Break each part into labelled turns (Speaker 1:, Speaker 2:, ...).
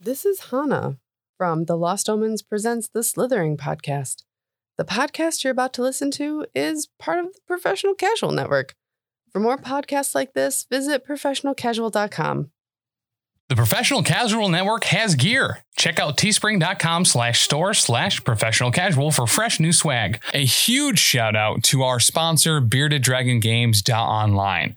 Speaker 1: This is Hannah from the Lost Omens Presents the Slithering Podcast. The podcast you're about to listen to is part of the Professional Casual Network. For more podcasts like this, visit professionalcasual.com.
Speaker 2: The Professional Casual Network has gear. Check out teespring.com slash store slash professional casual for fresh new swag. A huge shout out to our sponsor, Bearded Dragon Games Online.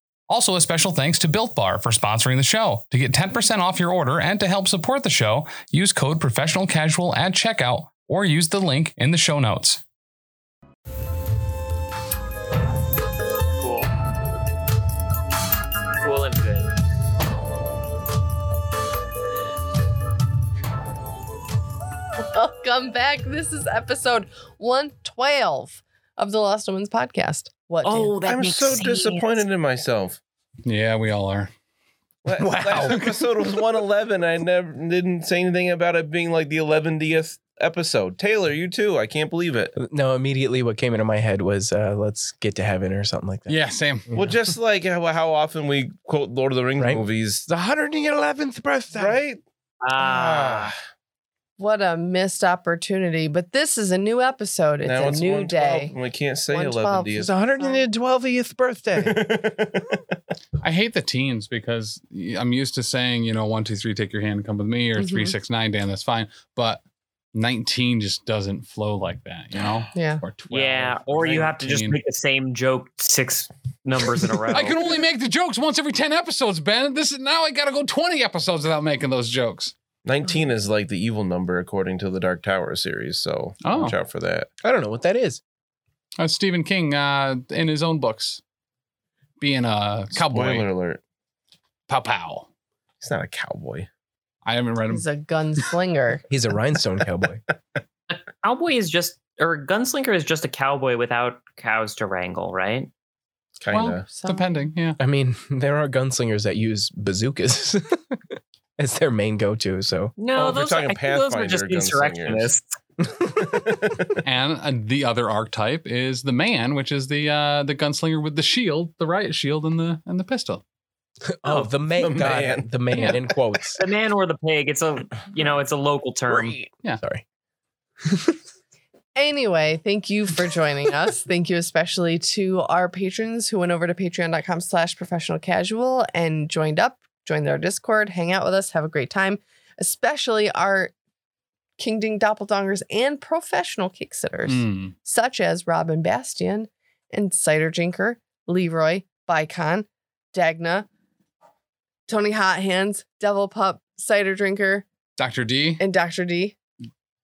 Speaker 2: Also, a special thanks to Built Bar for sponsoring the show. To get 10% off your order and to help support the show, use code professional casual at checkout or use the link in the show notes.
Speaker 3: Cool. Cool and good.
Speaker 1: Welcome back. This is episode 112 of the Lost Omens Podcast. What? Dan?
Speaker 4: Oh, that
Speaker 5: I'm
Speaker 4: makes
Speaker 5: so
Speaker 4: sense.
Speaker 5: disappointed in myself.
Speaker 2: Yeah, we all are.
Speaker 5: La-
Speaker 2: Wow.
Speaker 5: Last episode was 111. I never didn't say anything about it being like the 11th episode. Taylor, you too. I can't believe it.
Speaker 6: No, immediately what came into my head was uh, let's get to heaven or something like that.
Speaker 2: Yeah, same.
Speaker 5: Well, just like how, how often we quote Lord of the Rings
Speaker 6: Right.
Speaker 5: movies,
Speaker 6: the 111th birthday.
Speaker 5: right?
Speaker 3: Ah,
Speaker 1: what a missed opportunity. But this is a new episode. It's
Speaker 5: now
Speaker 1: a
Speaker 5: it's
Speaker 1: new
Speaker 5: 112,
Speaker 1: day.
Speaker 5: and we can't say
Speaker 1: 112.
Speaker 5: 11th.
Speaker 6: It's the 112th birthday.
Speaker 2: I hate the teens because I'm used to saying, you know, one, two, three, take your hand and come with me, or
Speaker 1: Mhm.
Speaker 2: three, six, nine, Dan, that's fine. But 19 just doesn't flow like that, you know?
Speaker 1: Yeah.
Speaker 2: Or 12.
Speaker 3: yeah. Or you have to just
Speaker 2: 19.
Speaker 3: make the same joke six numbers in a row.
Speaker 2: I can only make the jokes once every 10 episodes, Ben. This is now I got to go 20 episodes without making those jokes.
Speaker 5: 19 is like the evil number according to the Dark Tower series, so
Speaker 2: Oh.
Speaker 5: watch out for that.
Speaker 6: I don't know what that is.
Speaker 2: That's Stephen King uh, in his own books, being a
Speaker 5: Spoiler
Speaker 2: cowboy.
Speaker 5: alert.
Speaker 2: Pow pow.
Speaker 5: He's not a cowboy.
Speaker 2: I haven't read him.
Speaker 1: He's a gunslinger.
Speaker 6: He's a rhinestone cowboy.
Speaker 3: cowboy is just or gunslinger is just a cowboy without cows to wrangle, right?
Speaker 5: Kind of.
Speaker 2: Well,
Speaker 1: So-
Speaker 2: Depending, yeah.
Speaker 6: I mean, there are gunslingers that use bazookas as their main go-to. So
Speaker 3: No,
Speaker 5: Oh, if you're
Speaker 3: those, are, I
Speaker 5: talking
Speaker 3: think those are just
Speaker 5: Pathfinder gunslingers.
Speaker 3: insurrectionists.
Speaker 2: and uh, the other archetype is the man, which is the uh, the gunslinger with the shield, the riot shield, and the and the pistol.
Speaker 6: oh, the
Speaker 5: The
Speaker 6: man, God,
Speaker 5: man.
Speaker 6: the man in quotes.
Speaker 3: The man or the pig. It's a you know, it's a local term.
Speaker 2: Yeah.
Speaker 6: Sorry.
Speaker 1: Anyway, thank you for joining us. thank you especially to our patrons who went over to patreon.com slash professional casual and joined up, joined our Discord, hang out with us, have a great time, especially our King Ding doppelgangers and professional kicksters,
Speaker 2: Mm.
Speaker 1: such as Robin Bastian and Cider Jinker, Leroy, Bicon, Dagna, Tony Hot Hands, Devil Pup, Cider Drinker,
Speaker 2: Dr. D,
Speaker 1: and Dr. D.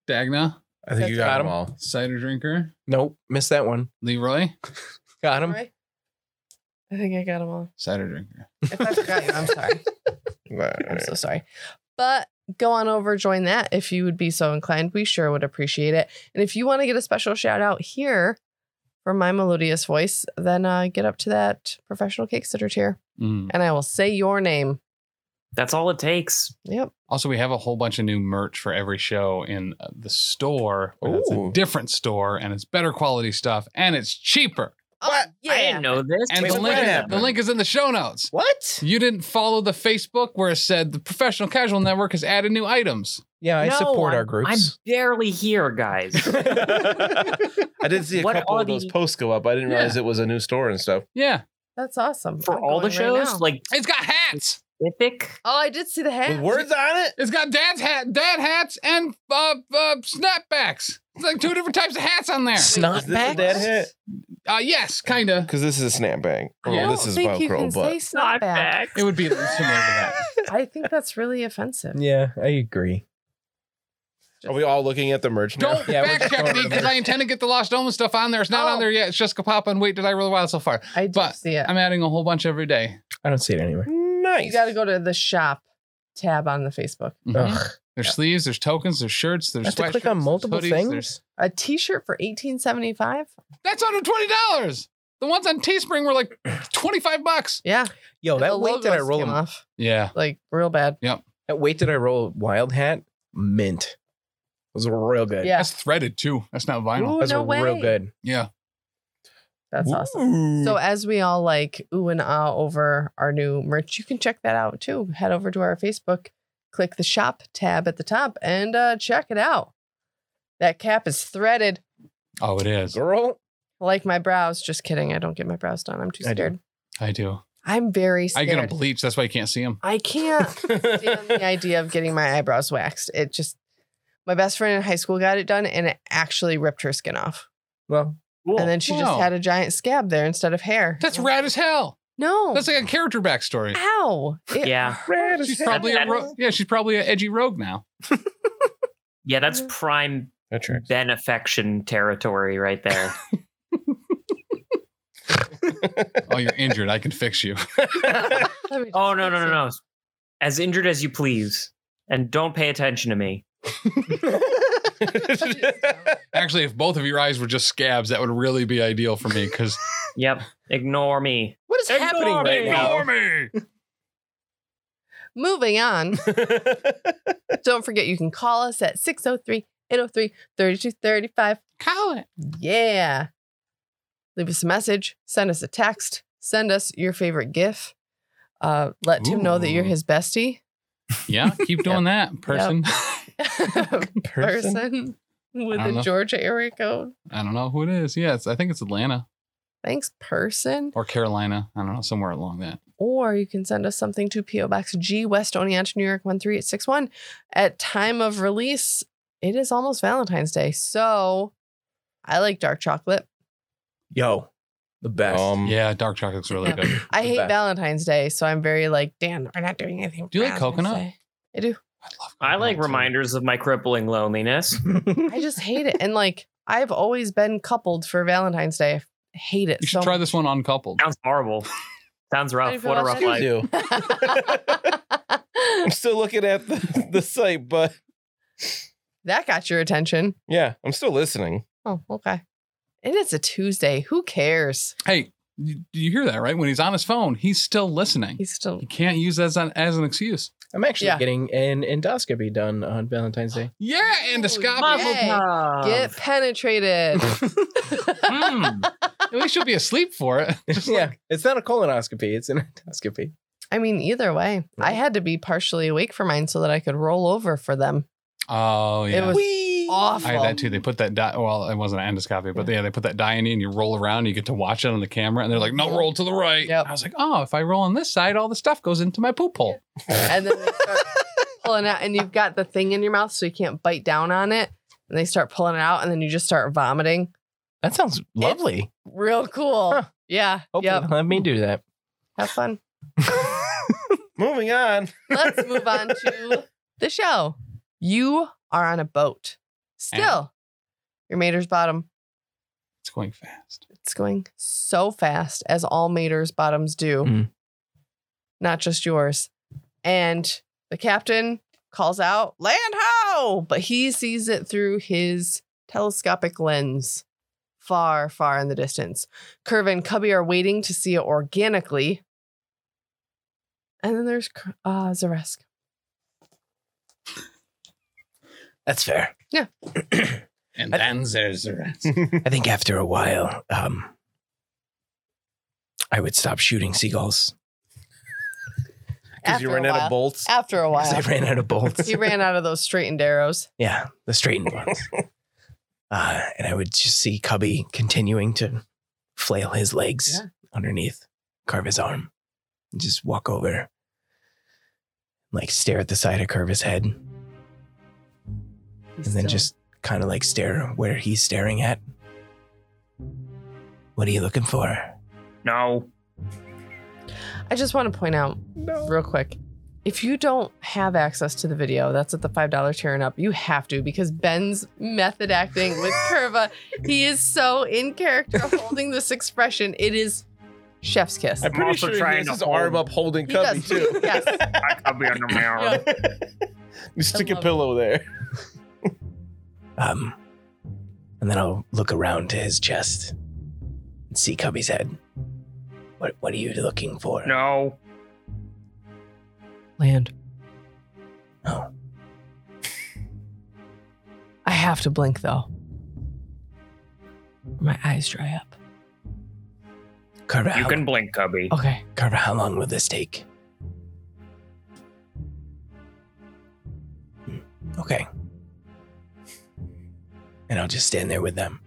Speaker 2: Dagna,
Speaker 5: I think you
Speaker 1: That's-
Speaker 5: got
Speaker 6: Got
Speaker 5: them
Speaker 6: 'em.
Speaker 5: all.
Speaker 2: cider drinker,
Speaker 6: Nope, missed that one.
Speaker 2: Leroy,
Speaker 6: Got him.
Speaker 1: Right? I think I got them all.
Speaker 2: cider drinker.
Speaker 1: If I forgot you, I'm sorry. I'm so sorry. But go on over, join that if you would be so inclined. We sure would appreciate it. And if you want to get a special shout out here for my melodious voice, then uh, get up to that professional cake sitter tier
Speaker 2: Mm.
Speaker 1: and I will say your name.
Speaker 3: That's all it takes.
Speaker 1: Yep.
Speaker 2: Also, we have a whole bunch of new merch for every show in uh, the store. but It's a
Speaker 5: Ooh.
Speaker 2: different store, and it's better quality stuff, and it's cheaper.
Speaker 5: What?
Speaker 1: Oh, yeah.
Speaker 3: I didn't know this.
Speaker 2: And
Speaker 5: Wait,
Speaker 2: the
Speaker 5: what
Speaker 2: link,
Speaker 5: happened?
Speaker 2: the link is in the show notes.
Speaker 5: What?
Speaker 2: You didn't follow the Facebook where it said the Professional Casual Network has added new items.
Speaker 6: Yeah, I
Speaker 3: No,
Speaker 6: support
Speaker 3: I'm-
Speaker 6: our groups.
Speaker 3: I'm barely here, guys.
Speaker 5: I did see a
Speaker 3: What
Speaker 5: couple
Speaker 3: are
Speaker 5: of those
Speaker 3: the-
Speaker 5: posts go up. I didn't
Speaker 2: Yeah.
Speaker 5: realize it was a new store and stuff.
Speaker 2: Yeah,
Speaker 1: That's awesome.
Speaker 3: For
Speaker 1: I'm
Speaker 3: all the
Speaker 1: going right
Speaker 3: shows,
Speaker 1: now.
Speaker 3: like
Speaker 2: it's got hats.
Speaker 3: mythic.
Speaker 1: oh, I did see the hat.
Speaker 5: With words on it?
Speaker 2: It's got dad's hat, dad hats, and uh, uh, snapbacks. It's like two different types of hats on there.
Speaker 5: Is
Speaker 6: Snot
Speaker 5: this a
Speaker 6: back.
Speaker 5: dead hit?
Speaker 2: Uh, yes, kind of.
Speaker 5: Because this is a snapback.
Speaker 1: I
Speaker 5: Oh,
Speaker 1: don't
Speaker 5: this is
Speaker 1: think you
Speaker 5: Velcro,
Speaker 1: can
Speaker 5: but
Speaker 1: say snot back.
Speaker 2: It would be similar to that.
Speaker 1: I think that's really offensive.
Speaker 6: Yeah, I agree.
Speaker 5: are we all looking at the merch now?
Speaker 2: Don't
Speaker 6: Yeah,
Speaker 2: back
Speaker 6: we're just
Speaker 2: check me
Speaker 6: going
Speaker 2: because
Speaker 6: over.
Speaker 2: I intend to get the Lost Omen stuff on there. It's not
Speaker 1: Oh.
Speaker 2: on there yet. It's Jessica Papa and wait, did I roll wild so far?
Speaker 1: I did
Speaker 2: But
Speaker 1: see it.
Speaker 2: I'm adding a whole bunch every day.
Speaker 6: I don't see it anywhere.
Speaker 5: Nice.
Speaker 1: You got to go to the shop. tab on the Facebook.
Speaker 2: Mhm.
Speaker 6: Ugh.
Speaker 2: There's sleeves, there's tokens, there's shirts, there's
Speaker 6: I have to
Speaker 2: sweatshirts,
Speaker 6: click on
Speaker 2: there's
Speaker 6: multiple
Speaker 2: hoodies,
Speaker 6: things?
Speaker 2: there's-
Speaker 1: A T-shirt for eighteen seventy five.
Speaker 2: That's under twenty dollars. The ones on Teespring were like twenty five bucks.
Speaker 1: Yeah,
Speaker 6: Yo, Oh, that
Speaker 1: the
Speaker 6: weight that I
Speaker 1: logos
Speaker 6: roll
Speaker 1: came off
Speaker 2: Yeah,
Speaker 1: like real bad.
Speaker 6: that weight that I roll wild hat, mint. It was real good.
Speaker 1: Yeah.
Speaker 2: that's threaded too. That's not vinyl.
Speaker 1: Ooh,
Speaker 6: That's
Speaker 1: no way.
Speaker 6: real good.
Speaker 2: Yeah,
Speaker 1: That's awesome. So as we all like ooh and ah over our new merch, you can check that out too. Head over to our Facebook, click the shop tab at the top, and uh, check it out. That cap is threaded
Speaker 2: oh, it is.
Speaker 6: Girl.
Speaker 1: like my brows. Just kidding. I don't get my brows done. I'm too
Speaker 6: I do.
Speaker 1: scared.
Speaker 2: I do.
Speaker 1: I'm very
Speaker 2: I
Speaker 1: scared.
Speaker 2: get them bleached. That's why you can't see them.
Speaker 1: I can't stand the idea of getting my eyebrows waxed. It just my best friend in high school got it done and it actually ripped her skin off.
Speaker 6: Well,
Speaker 1: and then she just
Speaker 2: wow.
Speaker 1: had a giant scab there instead of hair.
Speaker 2: That's rad as hell.
Speaker 6: Oh.
Speaker 1: No.
Speaker 2: That's like a character backstory.
Speaker 1: Ow. It
Speaker 3: Yeah.
Speaker 1: hurt.
Speaker 2: She's probably a ro- yeah. She's probably an edgy rogue now.
Speaker 3: Yeah, that's
Speaker 1: Mhm.
Speaker 3: prime
Speaker 5: That tracks.
Speaker 3: benefaction territory right there.
Speaker 2: Oh, you're injured. I can fix you.
Speaker 1: Let me just
Speaker 3: oh no, no,
Speaker 1: fix
Speaker 3: no,
Speaker 1: it.
Speaker 3: no. As injured as you please. And don't pay attention to me.
Speaker 2: Actually, if both of your eyes were just scabs, that would really be ideal for me because
Speaker 3: Yep. Ignore me.
Speaker 6: what is happening right now?
Speaker 2: me.
Speaker 1: Moving on. Don't forget you can call us at 603 803 3235.
Speaker 2: Call it.
Speaker 1: Yeah. Leave us a message, send us a text, send us your favorite GIF. Uh, let Tim know that you're
Speaker 2: Ooh.
Speaker 1: his bestie.
Speaker 2: Yeah, keep doing that, person.
Speaker 1: person with
Speaker 2: I don't
Speaker 1: a
Speaker 2: know.
Speaker 1: Georgia area code.
Speaker 2: I don't know who it is. Yeah, it's, I think it's Atlanta
Speaker 1: Thanks, person.
Speaker 2: or Carolina. I don't know, somewhere along that.
Speaker 1: Or you can send us something to P.O. Box G West Oneonta, New York 13861. At time of release, it is almost Valentine's Day. So I like dark chocolate.
Speaker 6: Yo, the best.
Speaker 1: Mm.
Speaker 5: Um,
Speaker 2: Yeah, dark chocolate's really good.
Speaker 1: I
Speaker 6: The
Speaker 1: hate
Speaker 6: best.
Speaker 1: Valentine's Day, so I'm very like, Dan, we're not doing anything.
Speaker 2: Do you
Speaker 1: for
Speaker 2: like
Speaker 1: Valentine's
Speaker 2: coconut?
Speaker 1: Day." I do.
Speaker 2: I love.
Speaker 3: I like
Speaker 2: coconut, too.
Speaker 3: reminders of my crippling loneliness.
Speaker 1: I just hate it. And like, I've always been coupled for Valentine's Day. I hate it
Speaker 2: You
Speaker 1: so
Speaker 2: should try this one uncoupled.
Speaker 3: Sounds horrible. Sounds
Speaker 1: Ready
Speaker 3: rough.
Speaker 1: for
Speaker 3: What a
Speaker 1: last
Speaker 3: rough
Speaker 1: name?
Speaker 5: I
Speaker 3: life.
Speaker 5: do. I'm still looking at the, the site, but
Speaker 1: that got your attention.
Speaker 5: yeah, I'm still listening.
Speaker 1: Oh, okay. It is a Tuesday. Who cares?
Speaker 2: Hey, you, you hear that right? When he's on his phone, he's still listening.
Speaker 1: He's still.
Speaker 2: You can't use that as an, as an excuse.
Speaker 6: I'm actually
Speaker 1: Yeah.
Speaker 6: getting an endoscopy done on Valentine's Day.
Speaker 2: Yeah,
Speaker 1: Oh,
Speaker 2: endoscopy.
Speaker 1: Mazel Yay.
Speaker 3: tov.
Speaker 1: Get penetrated.
Speaker 2: Mm. At least you'll be asleep for it.
Speaker 1: Oh
Speaker 2: Just
Speaker 6: yeah,
Speaker 2: like-
Speaker 6: it's not a colonoscopy; it's an endoscopy.
Speaker 1: I mean, either way, I had to be partially awake for mine so that I could roll over for them.
Speaker 2: oh, yeah.
Speaker 1: It was awful.
Speaker 2: I had that too. They put that dye. Well, it wasn't an endoscopy, but yeah, they put that dye in you, and you roll around. And you get to watch it on the camera, and they're like, "No, roll to the right."
Speaker 1: Yep.
Speaker 2: I was like, "Oh, if I roll on this side, all the stuff goes into my poop hole."
Speaker 1: and then they start pulling out, and you've got the thing in your mouth, so you can't bite down on it. And they start pulling it out, and then you just start vomiting.
Speaker 6: That sounds lovely.
Speaker 1: Real cool.
Speaker 6: Huh.
Speaker 1: Yeah.
Speaker 6: Hopefully,
Speaker 1: Yep.
Speaker 6: they'll let me do that.
Speaker 1: Have fun.
Speaker 5: Moving on.
Speaker 1: Let's move on to the show. You are on a boat. Still, your mater's bottom.
Speaker 2: It's going fast.
Speaker 1: It's going so fast, as all mater's bottoms do,
Speaker 6: Mm.
Speaker 1: not just yours. And the captain calls out, Land ho! But he sees it through his telescopic lens, far, far in the distance. Curve and Cubby are waiting to see it organically. And then there's Cur- uh, Zaresk.
Speaker 6: That's fair.
Speaker 2: And
Speaker 6: I-
Speaker 2: then there's the rest.
Speaker 6: I think after a while, um, I would stop shooting seagulls
Speaker 5: Because
Speaker 1: After
Speaker 5: you ran
Speaker 1: a
Speaker 5: out
Speaker 1: while.
Speaker 5: of bolts.
Speaker 1: After a
Speaker 6: because
Speaker 1: while,
Speaker 6: I ran out of bolts.
Speaker 1: he ran out of those straightened arrows.
Speaker 6: yeah, the straightened ones. Uh, and I would just see Cubby continuing to flail his legs
Speaker 1: Yeah.
Speaker 6: underneath, carve his arm, and just walk over, like stare at the side of Curve's head, and then just kind of like stare where he's staring at. What are you looking for?
Speaker 3: No.
Speaker 1: I just want to point out real quick. If you don't have access to the video, that's at the five dollar tier and up. You have to because Ben's method acting with Curva, he is so in character, holding this expression. It is Chef's kiss.
Speaker 5: I'm pretty
Speaker 3: also
Speaker 5: sure he
Speaker 3: trying
Speaker 5: has
Speaker 3: to
Speaker 5: his arm
Speaker 3: hold-
Speaker 5: up holding
Speaker 1: He
Speaker 5: Cubby
Speaker 1: does.
Speaker 5: too.
Speaker 1: Yes.
Speaker 3: I could be under my arm.
Speaker 5: you stick a
Speaker 1: love it.
Speaker 5: pillow there.
Speaker 6: Um, and then I'll look around to his chest and see Cubby's head. What What are you looking for?
Speaker 3: No.
Speaker 1: Land.
Speaker 6: Oh.
Speaker 1: I have to blink though. My eyes dry up.
Speaker 6: Carver,
Speaker 3: You
Speaker 6: how,
Speaker 3: can blink, Cubby.
Speaker 1: Okay.
Speaker 6: Carver, how long will this take? Hmm, Okay. And I'll just stand there with them.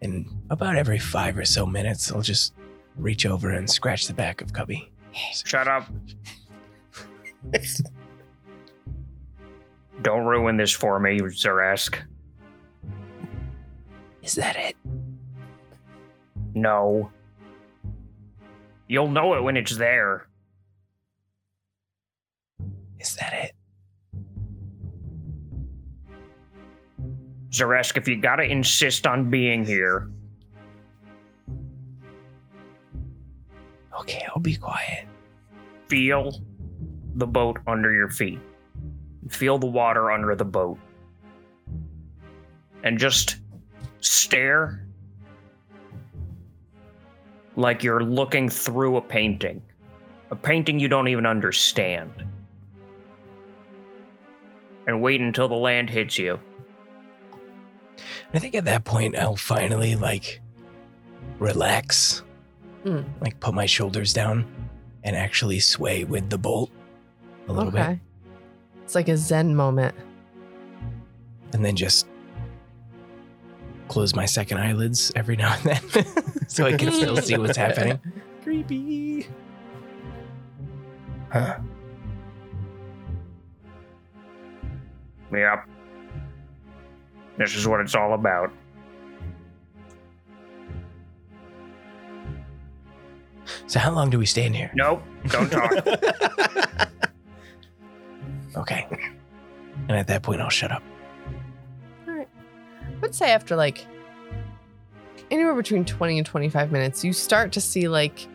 Speaker 6: And about every five or so minutes, I'll just reach over and scratch the back of Cubby.
Speaker 3: Shut up. Don't ruin this for me, Zeresk.
Speaker 6: Is that it?
Speaker 3: No. You'll know it when it's there.
Speaker 6: Is that it?
Speaker 3: Zeresk, if you gotta insist on being here,
Speaker 6: Okay, I'll be quiet.
Speaker 3: feel the boat under your feet. Feel the water under the boat. And just stare like you're looking through a painting. A painting you don't even understand. And wait until the land hits you.
Speaker 6: I think at that point I'll finally like relax,
Speaker 1: Mm.
Speaker 6: like put my shoulders down, and actually sway with the bolt a little
Speaker 1: okay. It's like a Zen moment.
Speaker 6: bit, and then just close my second eyelids every now and then, so I can still see what's happening.
Speaker 5: Creepy.
Speaker 6: Huh.
Speaker 3: Yep. This is what it's all about.
Speaker 6: So how long do we stay in here?
Speaker 3: Nope, don't talk.
Speaker 6: Okay. And at that point I'll shut up.
Speaker 1: I would say after like anywhere between 20 and 25 minutes, you start to see like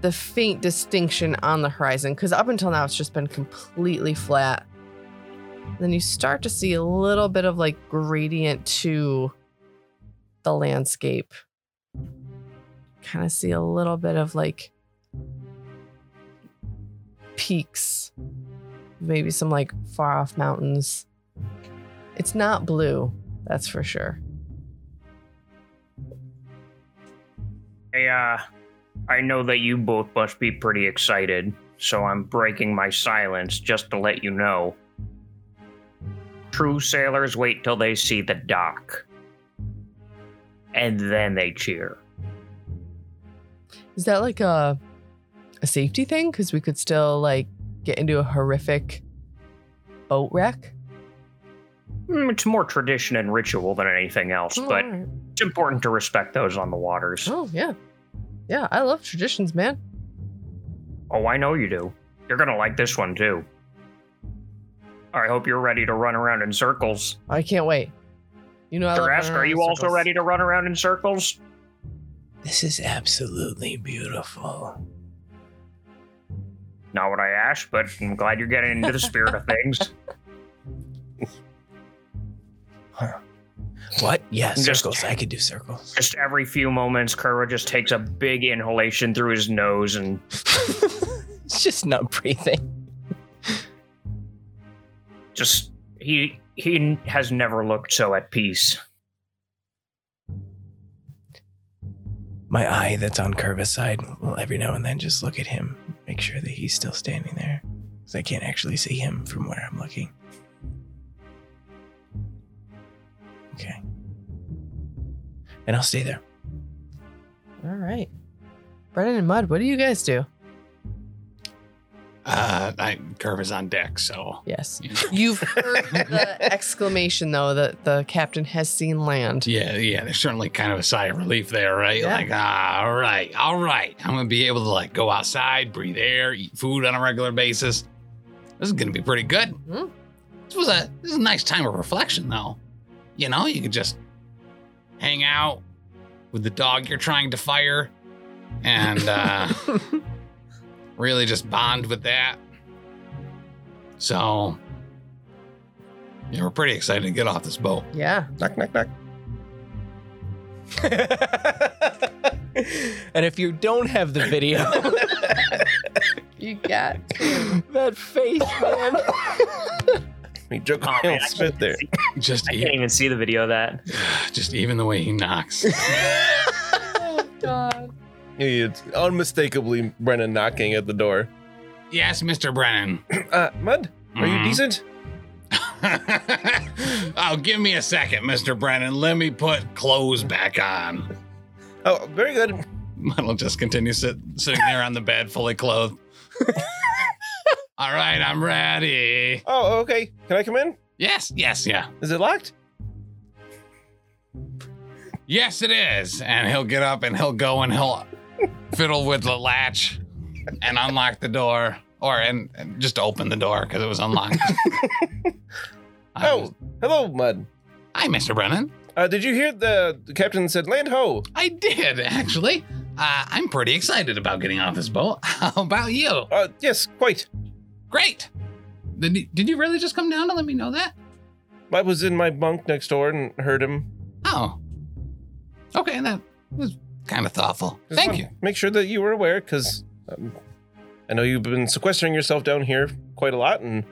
Speaker 1: the faint distinction on the horizon. Cause up until now, it's just been completely flat. Then you start to see a little bit of like gradient to the landscape. Kind of see a little bit of like peaks, maybe some like far off mountains. It's not blue, that's for sure.
Speaker 3: Hey, uh, I know that you both must be pretty excited, so I'm breaking my silence just to let you know. True sailors wait till they see the dock. And then they cheer.
Speaker 1: Is that like a a safety thing? Because we could still like get into a horrific boat wreck.
Speaker 3: Mm, It's more tradition and ritual than anything else,
Speaker 1: Oh,
Speaker 3: but
Speaker 1: alright.
Speaker 3: it's important to respect those on the waters.
Speaker 1: oh yeah, yeah. I love traditions, man.
Speaker 3: Oh, I know you do. You're gonna like this one too. I hope you're ready to run around in circles.
Speaker 1: I can't wait. You know, I love
Speaker 3: Jurassic,
Speaker 1: running
Speaker 3: are
Speaker 1: around in
Speaker 3: you also
Speaker 1: circles.
Speaker 3: ready to run around in circles?
Speaker 6: This is absolutely beautiful.
Speaker 3: Not what I asked, but I'm glad you're getting into the spirit of things.
Speaker 6: What? Yeah,
Speaker 3: Just-
Speaker 6: circles. I could do circles.
Speaker 3: Just every few moments, Kerwa just takes a big inhalation through his nose and
Speaker 6: it's just not breathing.
Speaker 3: just he he has never looked so at peace.
Speaker 6: my eye that's on Curva's side will every now and then just look at him, make sure that he's still standing there. Because I can't actually see him from where I'm looking. Okay. And I'll stay there.
Speaker 1: All right. Brennan and Mud, what do you guys do?
Speaker 4: Uh, I, Curve is on deck, so.
Speaker 1: Yes,
Speaker 4: Yeah.
Speaker 1: you've heard the exclamation though that the captain has seen land.
Speaker 4: Yeah, yeah, there's certainly kind of a sigh of relief there, right?
Speaker 1: Yeah.
Speaker 4: Like, ah, all right, all right. I'm gonna be able to like go outside, breathe air, eat food on a regular basis. This is gonna be pretty good.
Speaker 1: Mhm.
Speaker 4: This was a this is a nice time of reflection, though. You know, you could just hang out with the dog you're trying to fire,
Speaker 2: and uh, really just bond with that. So, yeah, we're pretty excited to get off this boat.
Speaker 1: Yeah.
Speaker 5: Knock, knock, knock.
Speaker 6: and if you don't have the video,
Speaker 1: You got
Speaker 6: that face, man.
Speaker 5: He joked
Speaker 3: Oh,
Speaker 5: oh,
Speaker 3: man, I
Speaker 5: spit there.
Speaker 2: Just,
Speaker 7: I can't
Speaker 2: even,
Speaker 7: even see the video of that.
Speaker 2: just even the way he knocks.
Speaker 1: Oh god.
Speaker 5: Yeah, It's unmistakably Brennan knocking at the door.
Speaker 2: yes, Mister Brennan.
Speaker 5: Uh, Mud, are you
Speaker 2: Mhm.
Speaker 3: Mm-hmm.
Speaker 5: decent?
Speaker 2: oh, give me a second, Mister Brennan. Let me put clothes back on.
Speaker 5: Oh, very good.
Speaker 2: Muddle just continues sit, sitting there on the bed, fully clothed. All right, I'm ready.
Speaker 5: Oh, okay. Can I come in?
Speaker 2: Yes, yes, yeah.
Speaker 5: Is it locked?
Speaker 2: Yes, it is. And he'll get up and he'll go and he'll fiddle with the latch and unlock the door or and, and just open the door because it was unlocked. I
Speaker 5: oh,
Speaker 2: was-
Speaker 5: hello, Mud.
Speaker 2: hi, Mr. Brennan.
Speaker 5: Uh, did you hear the, the captain said land ho?
Speaker 2: I did, actually. Uh, I'm pretty excited about getting off this boat. How about you?
Speaker 5: Uh, yes, quite.
Speaker 2: Great. Did you, did you really just come down to let me know that?
Speaker 5: I was in my bunk next door and heard him.
Speaker 2: Oh. Okay, that was kind of thoughtful.
Speaker 5: Just
Speaker 2: Thank
Speaker 5: wanna
Speaker 2: you.
Speaker 5: Make sure that you were aware, because um, I know you've been sequestering yourself down here quite a lot, and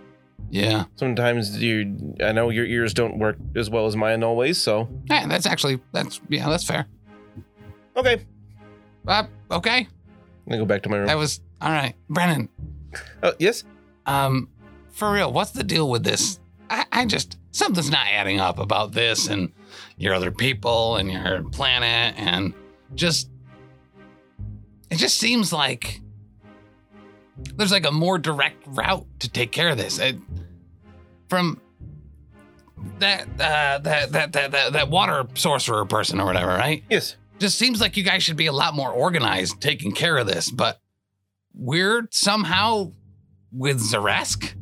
Speaker 2: Yeah.
Speaker 5: sometimes you. I know your ears don't work as well as mine always. So
Speaker 2: Yeah, that's actually that's yeah, that's fair.
Speaker 5: okay, I'm
Speaker 2: Uh, okay.
Speaker 5: gonna go back to my room.
Speaker 2: That was all right. Brennan,
Speaker 5: oh, yes.
Speaker 2: um, for real, what's the deal with this? I, I just something's not adding up about this and your other people and your planet and just it just seems like there's like a more direct route to take care of this. It, from that, uh, that that that that that water sorcerer person or whatever, right?
Speaker 5: Yes.
Speaker 2: just seems like you guys should be a lot more organized taking care of this, but we're somehow with Zaresk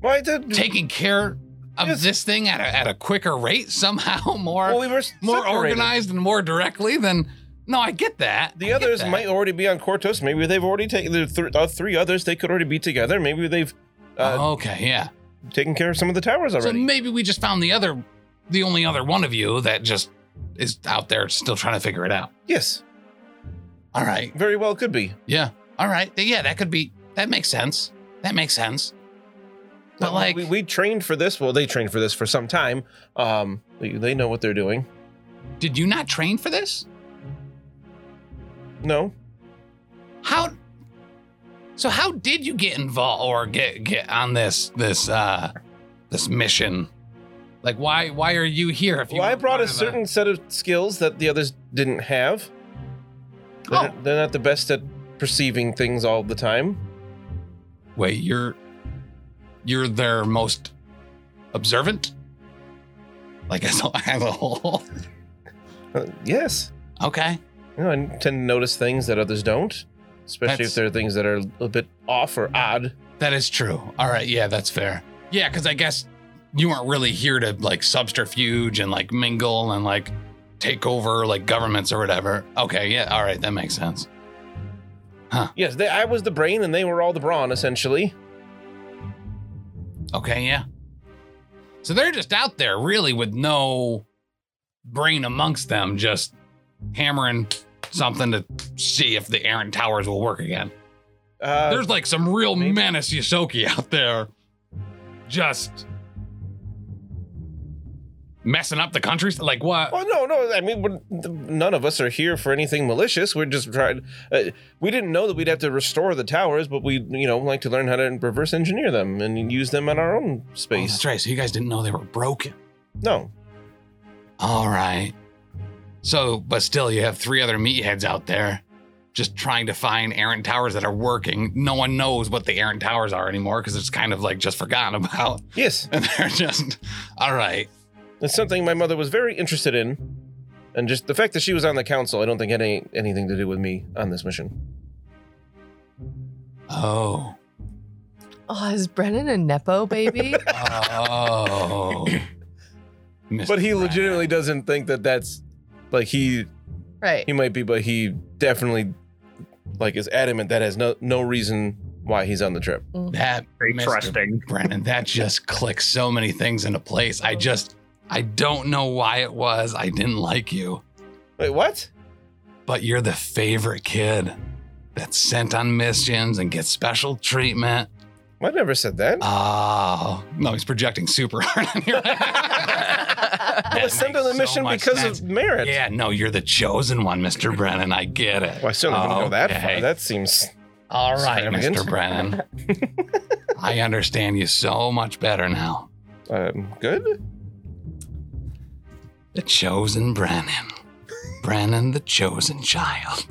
Speaker 5: Why did?
Speaker 2: taking care of
Speaker 5: Yes.
Speaker 2: this thing at a, at a quicker rate, somehow more
Speaker 5: well, we were
Speaker 2: more
Speaker 5: separated.
Speaker 2: organized and more directly than. No, I get that. I
Speaker 5: The
Speaker 2: get
Speaker 5: others
Speaker 2: that.
Speaker 5: might already be on Cortos. Maybe they've already taken the th- uh, three others. They could already be together. Maybe they've uh,
Speaker 2: okay, yeah.
Speaker 5: taken care of some of the towers
Speaker 2: Uh-huh. So
Speaker 5: already.
Speaker 2: maybe we just found the other, the only other one of you that just is out there still trying to figure it out.
Speaker 5: yes,
Speaker 2: All right.
Speaker 5: very well could be.
Speaker 2: Yeah. All right. Yeah, that could be. That makes sense. That makes sense. But like,
Speaker 5: we, we trained for this. Well, they trained for this for some time. Um, they, they know what they're doing.
Speaker 2: did you not train for this?
Speaker 5: No,
Speaker 2: How? So how did you get involved or get get on this this uh this mission? Like why why are you here? If you
Speaker 5: well, I
Speaker 2: weren't
Speaker 5: brought
Speaker 2: part
Speaker 5: a
Speaker 2: of the-
Speaker 5: certain set of skills that the others didn't have. They're,
Speaker 2: Oh.
Speaker 5: they're not the best at perceiving things all the time.
Speaker 2: wait, you're you're their most observant. Like as a, as a whole.
Speaker 5: Uh, yes,
Speaker 2: Okay.
Speaker 5: you know, I tend to notice things that others don't, especially
Speaker 2: That's-
Speaker 5: if there are things that are a bit off or odd.
Speaker 2: That is true. All right, yeah, that's fair. Yeah, because I guess you weren't really here to like subterfuge and like mingle and like take over like governments or whatever. Okay, yeah, all right, that makes sense.
Speaker 5: Yes, they, I was the brain and they were all the brawn, essentially.
Speaker 2: Okay, yeah. So they're just out there really with no brain amongst them, just hammering something to see if the errant towers will work again.
Speaker 5: Uh,
Speaker 2: There's like some real
Speaker 5: maybe.
Speaker 2: menace Yosoki out there just messing up the countries. Like what?
Speaker 5: Well, no, no. I mean, we're, th- none of us are here for anything malicious. We're just trying. Uh, we didn't know that we'd have to restore the towers, but we, you know, like to learn how to reverse engineer them and use them in our own
Speaker 2: Oh,
Speaker 5: space.
Speaker 2: that's right. So you guys didn't know they were broken.
Speaker 5: No,
Speaker 2: All right. So, but still, you have three other meatheads out there just trying to find errant towers that are working. No one knows what the errant towers are anymore because it's kind of like just forgotten about.
Speaker 5: yes,
Speaker 2: And they're just, all right.
Speaker 5: it's something my mother was very interested in, and just the fact that she was on the council, I don't think had any anything to do with me on this mission.
Speaker 2: Oh.
Speaker 1: Oh, is Brennan a Nepo baby?
Speaker 2: Oh.
Speaker 5: But he
Speaker 2: Mr. Brad.
Speaker 5: legitimately doesn't think that that's like he
Speaker 1: Right.
Speaker 5: He might be, but he definitely like is adamant that has no no reason why he's on the trip.
Speaker 2: That
Speaker 3: Very
Speaker 2: Mr.
Speaker 3: trusting.
Speaker 2: Brennan, that just clicks so many things into place. I just, I don't know why it was. I didn't like you,
Speaker 5: Wait, what?
Speaker 2: but you're the favorite kid that's sent on missions and gets special treatment.
Speaker 5: I never said that.
Speaker 2: Oh, no, he's projecting super hard on you.
Speaker 5: I was sent on the mission because of merit.
Speaker 2: Yeah, no, you're the chosen one, Mr. Brennan. I get it.
Speaker 5: Well, I certainly wouldn't go that
Speaker 2: Okay.
Speaker 5: far. That seems
Speaker 2: All right,
Speaker 5: extravagant.
Speaker 2: Mr. Brennan. I understand you so much better now.
Speaker 5: um, good.
Speaker 2: The chosen Brennan. Brennan, the chosen child.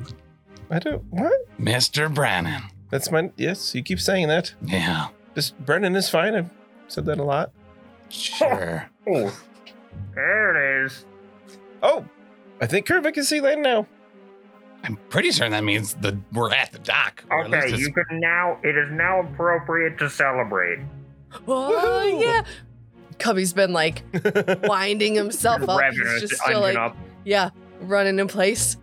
Speaker 5: I don't. What?
Speaker 2: Mr. Brennan.
Speaker 5: That's my. Yes, you keep saying that.
Speaker 2: Yeah,
Speaker 5: Just Brennan is fine. I've said that a lot.
Speaker 2: sure.
Speaker 3: Oh, there it is.
Speaker 5: Oh, I think Kermit can see that now.
Speaker 2: I'm pretty certain that means that we're at the dock. or at
Speaker 3: Okay,
Speaker 2: least
Speaker 3: you
Speaker 2: it's-
Speaker 3: can now. It is now appropriate to celebrate.
Speaker 1: Oh
Speaker 5: Woohoo!
Speaker 1: yeah. Cubby's been like winding himself up. He's
Speaker 3: Revenant
Speaker 1: just still
Speaker 3: onion
Speaker 1: like
Speaker 3: up.
Speaker 1: yeah, running in place.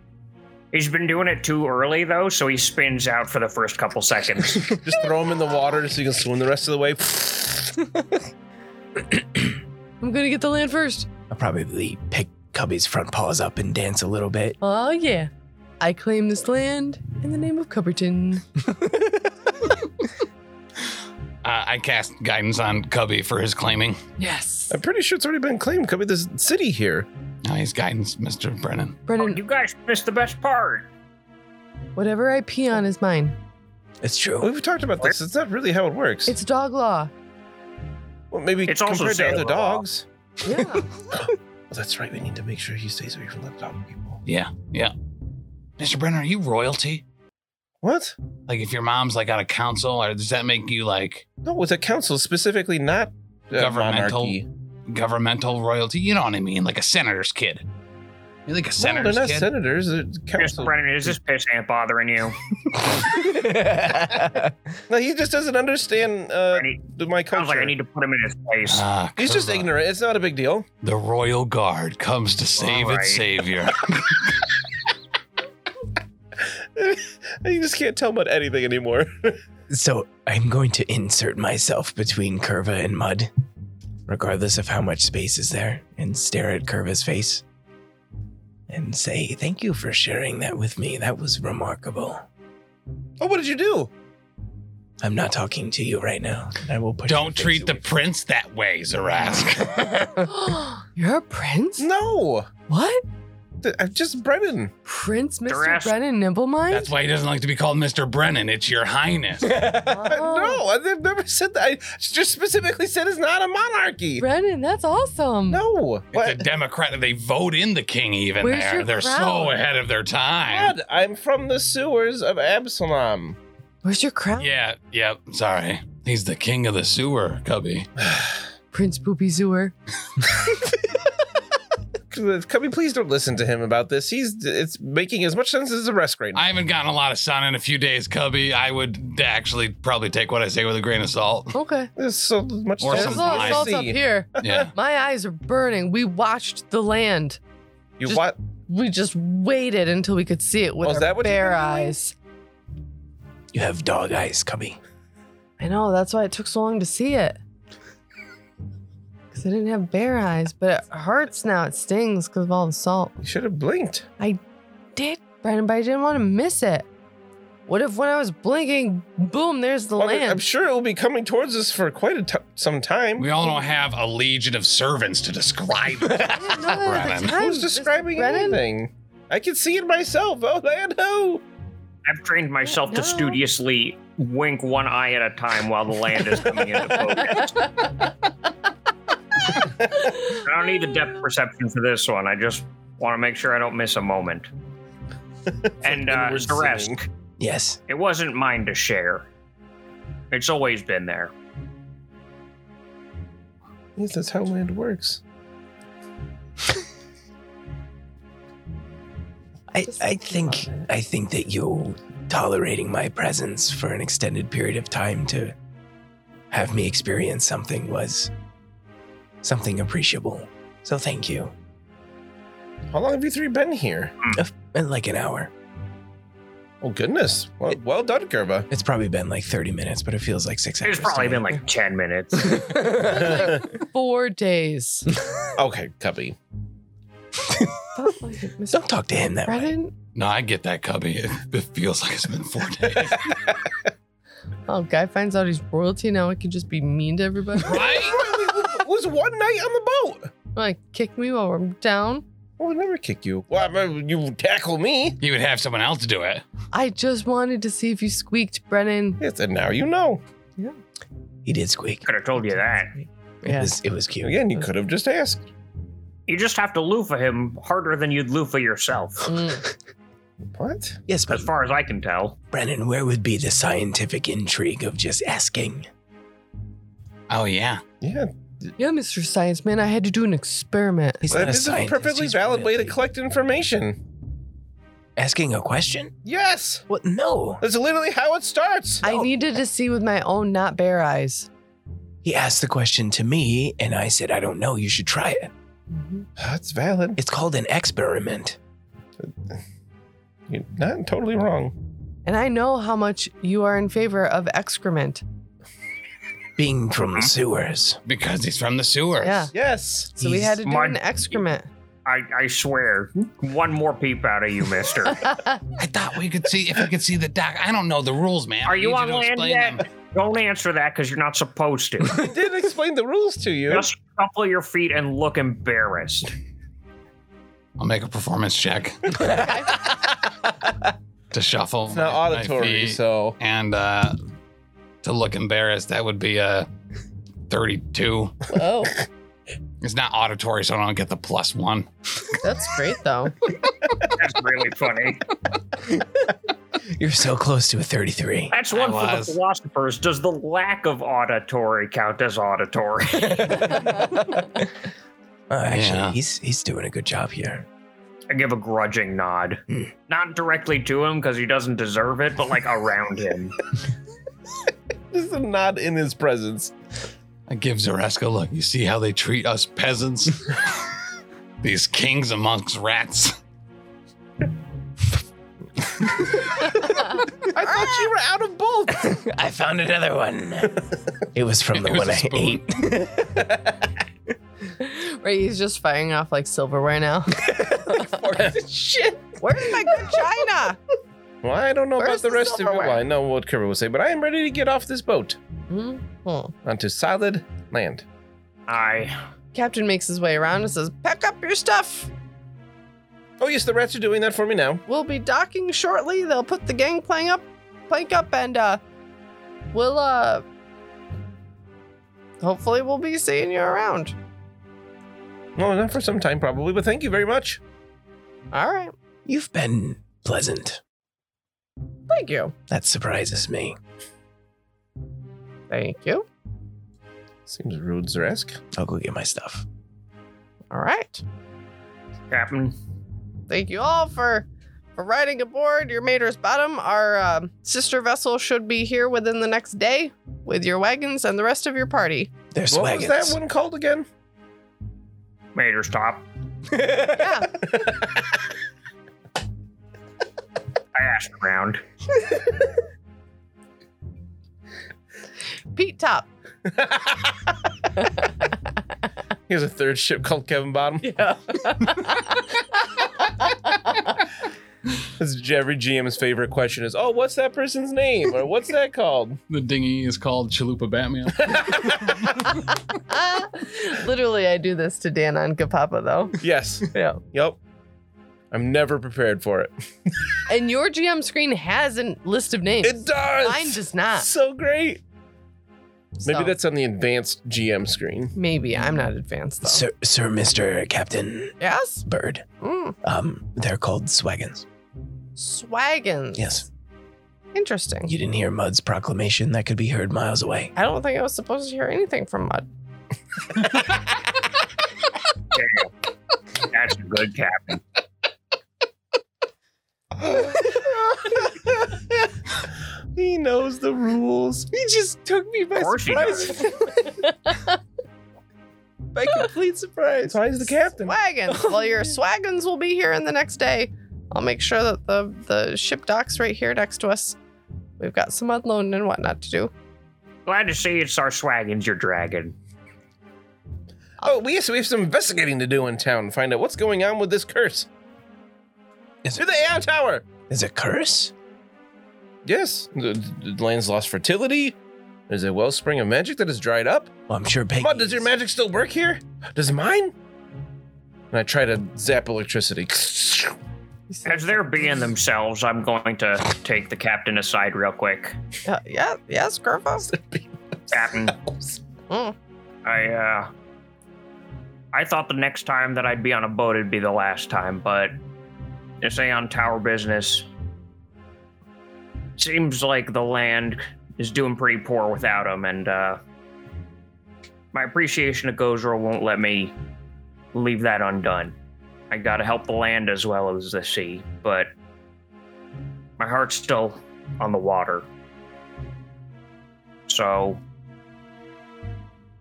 Speaker 3: He's been doing it too early though, so he spins out for the first couple seconds.
Speaker 5: Just throw him in the water so you can swim the rest of the way.
Speaker 1: I'm gonna get the land first.
Speaker 6: I'll probably pick Cubby's front paws up and dance a little bit.
Speaker 1: Oh yeah. I claim this land in the name of Cubberton.
Speaker 2: uh, I cast guidance on Cubby for his claiming.
Speaker 1: Yes.
Speaker 5: I'm pretty sure it's already been claimed. Could be this city here.
Speaker 2: No, he's guidance, Mr. Brennan.
Speaker 3: Oh,
Speaker 1: Brennan,
Speaker 3: you guys missed the best part.
Speaker 1: whatever I pee on is mine.
Speaker 6: It's true.
Speaker 5: We've talked about this. It's not really how it works.
Speaker 1: It's dog law.
Speaker 5: well, maybe
Speaker 3: It's also
Speaker 5: compared to other
Speaker 3: sailor law.
Speaker 5: dogs.
Speaker 1: Yeah.
Speaker 5: Well, that's right. We need to make sure he stays away from the dog people.
Speaker 2: Yeah, yeah. Mr. Brennan, are you royalty?
Speaker 5: What?
Speaker 2: Like, if your mom's like out of council, or does that make you like
Speaker 5: No, it's a council specifically, not uh,
Speaker 2: Governmental
Speaker 5: monarchy.
Speaker 2: governmental royalty? You know what I mean? Like a senator's kid. You're like a
Speaker 5: no,
Speaker 2: senator's
Speaker 5: they're not
Speaker 2: kid.
Speaker 5: senators. They're
Speaker 3: Mr.
Speaker 5: council.
Speaker 3: Brennan, is this pissant bothering you?
Speaker 5: No, he just doesn't understand uh,
Speaker 3: Brennan,
Speaker 5: my culture. Uh,
Speaker 3: Sounds like I need to put him in his place.
Speaker 2: Ah,
Speaker 5: He's just
Speaker 2: Curva.
Speaker 5: ignorant. It's not a big deal.
Speaker 2: The royal guard comes to save
Speaker 3: Alright.
Speaker 2: its savior.
Speaker 5: You just can't tell him about anything anymore.
Speaker 6: so I'm going to insert myself between Curva and Mud, regardless of how much space is there, and stare at Curva's face and say, Thank you for sharing that with me. That was remarkable.
Speaker 5: oh, what did you do?
Speaker 6: I'm not talking to you right now. and I will push. your
Speaker 2: Don't
Speaker 6: face
Speaker 2: treat the
Speaker 6: away.
Speaker 2: prince that way, Zarask.
Speaker 1: You're a prince?
Speaker 5: No,
Speaker 1: What?
Speaker 5: Th- I'm just Brennan.
Speaker 1: Prince Mr.
Speaker 3: Duress-
Speaker 1: Brennan Nimblemine?
Speaker 2: That's why he doesn't like to be called Mr. Brennan. It's your highness.
Speaker 5: Uh, no, I- I've never said that. I just specifically said it's not a monarchy.
Speaker 1: Brennan, that's awesome.
Speaker 5: No,
Speaker 2: It's a
Speaker 5: what?
Speaker 2: Democrat. They vote in the king even
Speaker 1: Where's
Speaker 2: there.
Speaker 1: your
Speaker 2: They're so
Speaker 1: crown?
Speaker 2: ahead of their time.
Speaker 5: God, I'm from the sewers of Absalom.
Speaker 1: Where's your crown?
Speaker 2: Yeah, yeah, sorry. He's the king of the sewer, Cubby.
Speaker 1: Prince Poopy Zooer.
Speaker 5: Cubby, please don't listen to him about this. He's it's making as much sense as the rest right now.
Speaker 2: I haven't gotten a lot of sun in a few days, Cubby. I would actually probably take what I say with a grain of salt.
Speaker 1: Okay.
Speaker 5: There's so much
Speaker 2: Or
Speaker 5: sense
Speaker 1: There's
Speaker 2: some
Speaker 1: a lot
Speaker 5: I
Speaker 1: of
Speaker 2: wine.
Speaker 1: salt up
Speaker 5: see.
Speaker 1: here.
Speaker 2: Yeah.
Speaker 1: My eyes are burning. We watched the land.
Speaker 5: You
Speaker 1: Just-
Speaker 5: what?
Speaker 1: We just waited until we could see it with
Speaker 5: Oh, is
Speaker 1: our
Speaker 5: that what you've
Speaker 1: bare
Speaker 5: been doing?
Speaker 1: eyes.
Speaker 6: You have dog eyes, Cubby.
Speaker 1: I know. That's why it took so long to see it. Because I didn't have bare eyes, but it hurts now. It stings because of all the salt.
Speaker 5: You should have blinked.
Speaker 1: Did Brennan, but I didn't want to miss it. What if when I was blinking, boom, there's the
Speaker 5: Well,
Speaker 1: land?
Speaker 5: I'm sure it will be coming towards us for quite a t- some time.
Speaker 2: We all don't have a legion of servants to describe.
Speaker 1: I didn't know that at the
Speaker 2: Brennan.
Speaker 1: time.
Speaker 5: Who's
Speaker 1: This
Speaker 5: describing
Speaker 1: Brennan?
Speaker 5: anything? I can see it myself. Oh, Lando!
Speaker 3: I've trained myself
Speaker 1: No.
Speaker 3: to studiously wink one eye at a time while the land is coming into focus. I don't need a depth perception for this one. I just want to make sure I don't miss a moment. and uh,
Speaker 5: inward singing.
Speaker 3: Zaresk,
Speaker 6: Yes.
Speaker 3: it wasn't mine to share. It's always been there.
Speaker 5: Yes, that's how land works.
Speaker 6: I, I think I think that you tolerating my presence for an extended period of time to have me experience something was something appreciable. So thank you.
Speaker 5: How long have you three been here?
Speaker 6: In like an hour.
Speaker 5: Oh goodness. Well, well done, Kerba.
Speaker 6: It's probably been like 30 minutes, but it feels like six hours.
Speaker 3: It's probably been like 10 minutes.
Speaker 1: Four days.
Speaker 5: okay, Cubby.
Speaker 6: Don't talk to him that way.
Speaker 1: Brennan?
Speaker 2: No, I get that, Cubby. It, it feels like it's been four days.
Speaker 1: Oh, guy finds out he's royalty now. He can just be mean to everybody.
Speaker 2: right?
Speaker 5: it was one night on the boat.
Speaker 1: like, kick me while I'm down.
Speaker 5: I would never kick you. Well, I mean, you tackle me.
Speaker 2: You would have someone else do it.
Speaker 1: I just wanted to see if you squeaked, Brennan.
Speaker 5: Yes, and now you know.
Speaker 6: He did squeak.
Speaker 3: Could have told you that.
Speaker 6: It,
Speaker 1: Yeah.
Speaker 6: was, it was cute.
Speaker 5: Again, you could have just asked.
Speaker 3: You just have to loofah him harder than you'd loofah yourself,
Speaker 1: Mm.
Speaker 5: What?
Speaker 6: Yes, but
Speaker 3: as far as I can tell.
Speaker 6: Brennan, where would be the scientific intrigue of just asking?
Speaker 2: Oh, yeah.
Speaker 5: Yeah,
Speaker 1: Yeah, Mr. Science Man, I had to do an experiment.
Speaker 6: He's
Speaker 5: that
Speaker 6: not a
Speaker 5: is a
Speaker 6: scientist,
Speaker 5: perfectly
Speaker 6: he's
Speaker 5: valid way to
Speaker 6: really-
Speaker 5: collect information.
Speaker 6: Asking a question?
Speaker 5: Yes,
Speaker 6: What? No.
Speaker 5: that's literally how it starts.
Speaker 1: I needed to see with my own not bear eyes.
Speaker 6: He asked the question to me, and I said, I don't know. You should try it.
Speaker 5: That's valid.
Speaker 6: It's called an experiment.
Speaker 5: You're not totally wrong.
Speaker 1: And I know how much you are in favor of excrement.
Speaker 6: Being from the sewers.
Speaker 2: Because he's from the sewers.
Speaker 1: Yeah.
Speaker 5: Yes.
Speaker 1: So we
Speaker 6: He's-
Speaker 1: had to do
Speaker 3: My-
Speaker 1: an excrement.
Speaker 3: I, I swear, one more peep out of you, mister.
Speaker 2: I thought we could see if we could see the doc. I don't know the rules, man.
Speaker 3: Are
Speaker 2: I
Speaker 3: you
Speaker 2: need
Speaker 3: on
Speaker 2: to
Speaker 3: land
Speaker 2: explain
Speaker 3: yet?
Speaker 2: them.
Speaker 3: Don't answer that because you're not supposed to.
Speaker 5: I did explain the rules to you.
Speaker 3: Just shuffle your feet and look embarrassed.
Speaker 2: I'll make a performance check to shuffle.
Speaker 5: it's not
Speaker 2: my- my
Speaker 5: auditory,
Speaker 2: feet.
Speaker 5: so
Speaker 2: And uh, to look embarrassed, that would be a 32.
Speaker 1: Whoa.
Speaker 2: It's not auditory, so I don't get the plus one.
Speaker 1: That's great, though.
Speaker 3: That's really funny.
Speaker 6: You're so close to a 33.
Speaker 3: That's
Speaker 2: I
Speaker 3: one for the
Speaker 2: was.
Speaker 3: philosophers. Does the lack of auditory count as auditory?
Speaker 6: Uh, actually,
Speaker 2: Yeah.
Speaker 6: he's he's doing a good job here.
Speaker 3: I give a grudging nod.
Speaker 6: Hmm.
Speaker 3: Not directly to him because he doesn't deserve it, but like around him.
Speaker 5: this is not in his presence.
Speaker 2: I give Zareska, look, you see how they treat us peasants? These kings amongst rats.
Speaker 5: I thought you were out of both.
Speaker 6: I found another one. It was from the
Speaker 2: It was
Speaker 6: one
Speaker 2: a
Speaker 6: I
Speaker 2: spoon.
Speaker 6: ate.
Speaker 1: right, he's just firing off like silverware now.
Speaker 5: Shit.
Speaker 1: Where's my good china?
Speaker 5: Well, I don't know
Speaker 1: Where's
Speaker 5: about the
Speaker 1: the
Speaker 5: rest of you.
Speaker 1: silverware?
Speaker 5: Well, I know what Kerber will say, but I am ready to get off this boat
Speaker 1: Mhm.
Speaker 5: onto solid land.
Speaker 3: I
Speaker 1: Captain makes his way around and says, Pack up your stuff.
Speaker 5: Oh yes, the rats are doing that for me now.
Speaker 1: We'll be docking shortly. They'll put the gangplank up, plank up, and uh, we'll uh, hopefully we'll be seeing you around.
Speaker 5: Well, not for some time probably, but thank you very much.
Speaker 1: All right,
Speaker 6: You've been pleasant.
Speaker 1: thank you,
Speaker 6: That surprises me.
Speaker 1: thank you.
Speaker 5: Seems rude, Zeresk.
Speaker 6: I'll go get my stuff.
Speaker 1: All right,
Speaker 3: Captain.
Speaker 1: thank you all for for riding aboard your Mater's Bottom. Our um, sister vessel should be here within the next day with your wagons and the rest of your party.
Speaker 6: There's
Speaker 5: What
Speaker 6: wagons.
Speaker 5: was that one called again?
Speaker 3: Mater's top.
Speaker 1: Yeah,
Speaker 3: I asked around.
Speaker 1: Pete Top.
Speaker 5: Here's a third ship called Kevin Bottom.
Speaker 1: Yeah.
Speaker 5: This is every GM's favorite question is, oh, what's that person's name? Or what's that called?
Speaker 2: The dinghy is called Chalupa Batman.
Speaker 1: Literally, I do this to Dan on Kapapa though.
Speaker 5: Yes.
Speaker 1: Yeah.
Speaker 5: Yep. I'm never prepared for it.
Speaker 1: And your GM screen has a list of names.
Speaker 5: It does.
Speaker 1: Mine does not.
Speaker 5: So great. Maybe
Speaker 1: So,
Speaker 5: that's on the advanced GM screen.
Speaker 1: maybe I'm not advanced though.
Speaker 6: Sir, Sir, Mister Captain
Speaker 1: yes.
Speaker 6: Bird.
Speaker 1: Mm.
Speaker 6: Um, they're called swagons.
Speaker 1: Swaggins.
Speaker 6: Yes.
Speaker 1: Interesting.
Speaker 6: You didn't hear Mud's proclamation that could be heard miles away.
Speaker 1: I don't think I was supposed to hear anything from Mud.
Speaker 3: That's a good captain.
Speaker 5: he knows the rules. He just took me by
Speaker 3: Of course he
Speaker 5: surprise.
Speaker 6: By complete surprise.
Speaker 5: So he's the captain.
Speaker 1: Wagons. Well, your swagons will be here in the next day. I'll make sure that the, the ship docks right here next to us. We've got some unloading and whatnot to do.
Speaker 3: Glad to see it's our swaggins, your dragon.
Speaker 5: Oh, we yes, we have some investigating to do in town. Find out what's going on with this curse.
Speaker 6: Is
Speaker 5: To the AI tower.
Speaker 6: There's a curse?
Speaker 5: Yes, the, the land's lost fertility. There's a wellspring of magic that has dried up.
Speaker 6: Well, I'm sure Peggy.
Speaker 5: Mud, does your
Speaker 6: is-
Speaker 5: magic still work here? Does mine? And I try to zap electricity.
Speaker 3: As they're being themselves, I'm going to take the captain aside real quick.
Speaker 1: Uh, yeah, yes, Kerfo.
Speaker 3: Captain,
Speaker 1: Mm.
Speaker 3: I uh I thought the next time that I'd be on a boat it'd be the last time, but this Aeon Tower business seems like the land is doing pretty poor without him, and uh my appreciation of Gozer won't let me leave that undone. I gotta help the land as well as the sea, but my heart's still on the water. So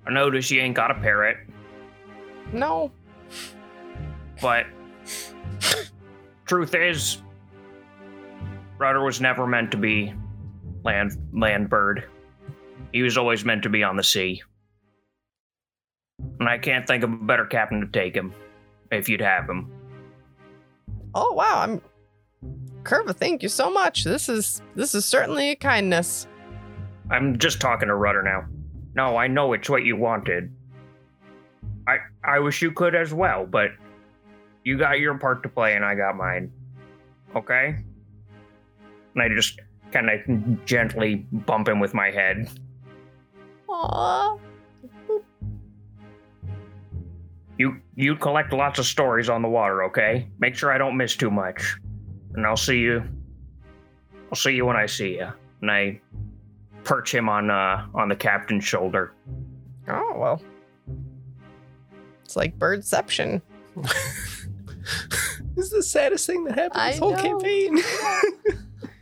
Speaker 3: I notice you ain't got a parrot,
Speaker 1: No.
Speaker 3: but truth is, Rudder was never meant to be land land bird. He was always meant to be on the sea. And I can't think of a better captain to take him, if you'd have him.
Speaker 1: Oh wow, I'm Kerva, thank you so much. This is this is certainly a kindness.
Speaker 3: I'm just talking to Rudder now. No, I know it's what you wanted. I I wish you could as well, but you got your part to play and I got mine. Okay? And I just kind of gently bump him with my head.
Speaker 1: Aww.
Speaker 3: You you collect lots of stories on the water, okay? Make sure I don't miss too much. And I'll see you I'll see you when I see you. And I perch him on uh on the captain's shoulder.
Speaker 1: Oh well. It's like birdception.
Speaker 6: This is the saddest thing that happened this
Speaker 1: I
Speaker 6: whole
Speaker 1: know.
Speaker 6: campaign.